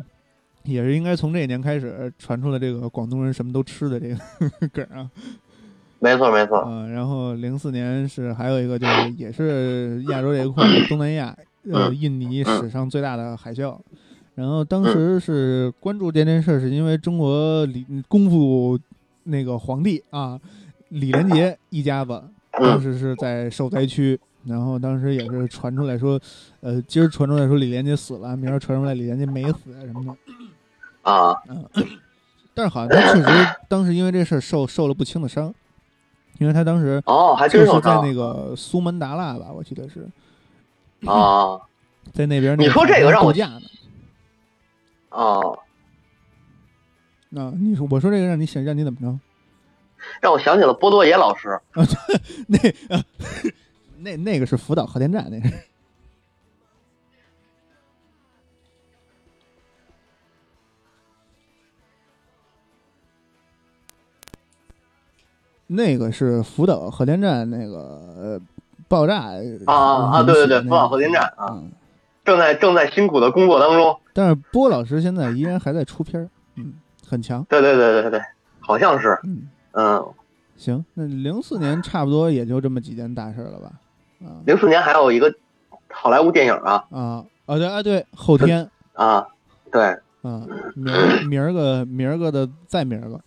A: 也是应该从这一年开始传出了这个广东人什么都吃的这个 [LAUGHS] 梗儿啊，
B: 没错没错，
A: 啊，然后零四年是还有一个就是也是亚洲这一块儿东南亚，呃，印尼史上最大的海啸。然后当时是关注这件事，是因为中国李功夫那个皇帝啊，李连杰一家子当时是在受灾区，然后当时也是传出来说，呃，今儿传出来说李连杰死了，明儿传出来李连杰没死什么的。
B: 啊，
A: 但是好像他确实当时因为这事儿受受了不轻的伤，因为他当时
B: 哦，还
A: 就是
B: 真有
A: 在
B: 上
A: 那个苏门答腊吧，我记得是
B: 啊
A: 在那边那。
B: 你说这个让我
A: 度假呢？
B: 啊，
A: 啊，你说我说这个让你想让你怎么着？
B: 让我想起了波多野老师，
A: 那、啊、那那个是福岛核电站，那是那个是福岛核电站那个呃爆炸
B: 啊啊啊对
A: 哦引起的那个
B: 对对福岛核电站啊
A: 嗯
B: 正在正在辛苦的工作当中。
A: 但是波老师现在依然还在出片儿，嗯，很强，
B: 对对对对对，好像是，
A: 嗯，
B: 嗯，
A: 行，那零四年差不多也就这么几件大事儿了吧？啊
B: 零四年还有一个好莱坞电影啊
A: 啊啊对啊对，后天
B: 啊，对
A: 啊，明儿明儿个明儿个的再明儿个，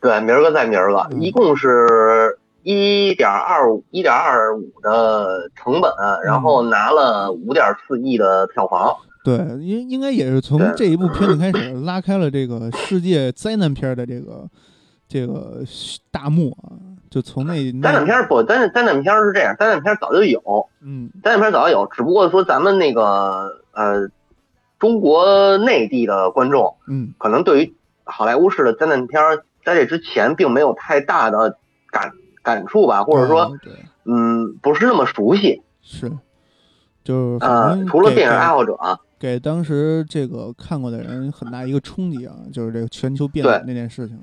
B: 对，明儿个再明儿个，
A: 嗯
B: 一共是一点二五一点二五的成本，啊然后拿了五点四亿的票房，
A: 对，应应该也是从
B: 对
A: 这一部片子开始拉开了这个世界灾难片儿的这个这个大幕啊，就从那
B: 灾难
A: 那
B: 片儿不灾难灾难片儿是这样，灾难片儿早就有，
A: 嗯
B: 灾难片儿早就有，只不过说咱们那个呃中国内地的观众
A: 嗯
B: 可能对于好莱坞式的灾难片儿，在这之前并没有太大的感感触吧，或者说，
A: 啊对对
B: 嗯，不是那么熟悉。
A: 是，就是反
B: 呃
A: 正，
B: 除了
A: 给
B: 电影
A: 给
B: 爱好者啊，
A: 给当时这个看过的人很大一个冲击啊，就是这个全球变暖那件事情。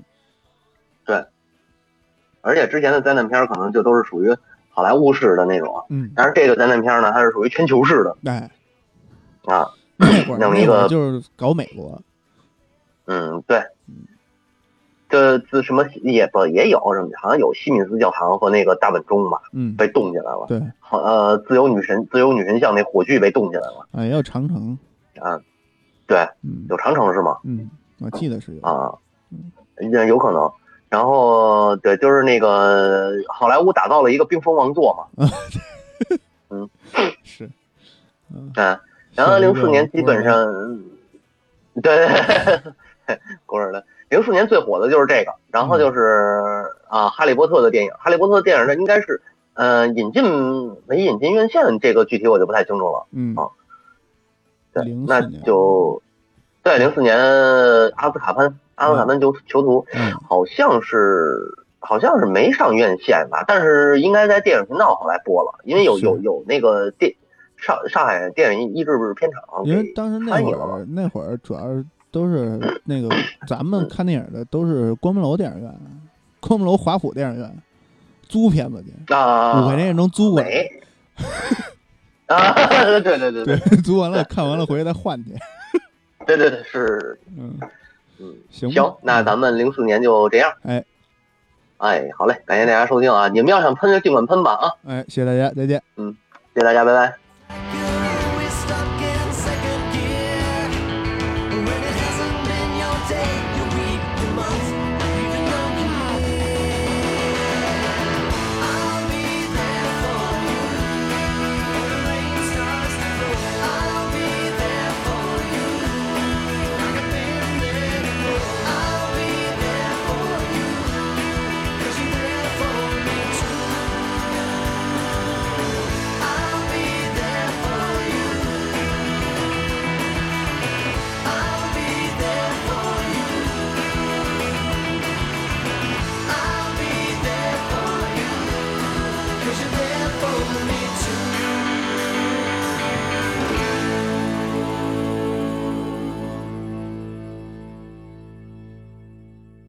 B: 而且之前的灾难片儿可能就都是属于好莱坞式的那种，
A: 嗯，
B: 但是这个灾难片儿呢，它是属于全球式的
A: 哎，
B: 啊。
A: 那会儿
B: 弄
A: 那
B: 一
A: 会儿
B: 个
A: 就是搞美国，
B: 嗯，对。这这什么也不也有什么，好像有西敏寺教堂和那个大本钟吧
A: 嗯，
B: 被冻起来了，
A: 对，
B: 好呃自由女神自由女神像那火炬被冻起来了，
A: 啊，也有长城，
B: 对，
A: 嗯
B: 有长城是吗？
A: 嗯，我记得是有，
B: 啊
A: 嗯，
B: 那有可能。然后对，就是那个好莱坞打造了一个冰封王座嘛，
A: 是，嗯，
B: 嗯，然后
A: 是一
B: 零
A: 个
B: 四年基本上，嗯 [LAUGHS] 对， [LAUGHS] 古尔的零四年最火的就是这个，然
A: 嗯
B: 后就是、啊，哈利波特的电影，哈利波特的电影呢应该是，呃，引进没引进院线这个具体我就不太清楚了，
A: 嗯，
B: 啊对
A: 04，
B: 那
A: 年嗯
B: 就对零四年阿斯卡潘阿斯卡潘囚囚徒
A: 嗯
B: 好像是。好像是没上院线吧，但是应该在电影频道后来播了，因为有
A: 是
B: 有有那个电上上海电影译制片厂
A: 因
B: 给
A: 为当时那
B: 翻译
A: 会
B: 了嘛
A: 儿那会儿主要是都是那个咱们看电影的都是光明楼电影院、光明楼华府电影院租片子去，
B: 啊，
A: 五块钱也能租过来， [LAUGHS]
B: 没啊， [LAUGHS] 对对对对
A: 对 [LAUGHS]
B: 对，
A: 租完了看完了回去再换去。
B: 对对对，是
A: 嗯
B: 嗯，
A: 行吧
B: 行，那咱们零四年就这样，
A: 哎
B: 哎，好嘞，感谢大家收听啊，你们要想喷就尽管喷吧啊，
A: 哎，谢谢大家，再见。
B: 谢谢大家，拜拜。
C: We're stuck in second gear when it hasn't been your day, your week, your month, or even your year. I'll be there for you when the rain starts to fall. I'll be there for you like I've been there before. I'll be there for you 'cause you're there for me too. I'll be there for you. I'll be there for you. I'll be there for you. you you're there for me.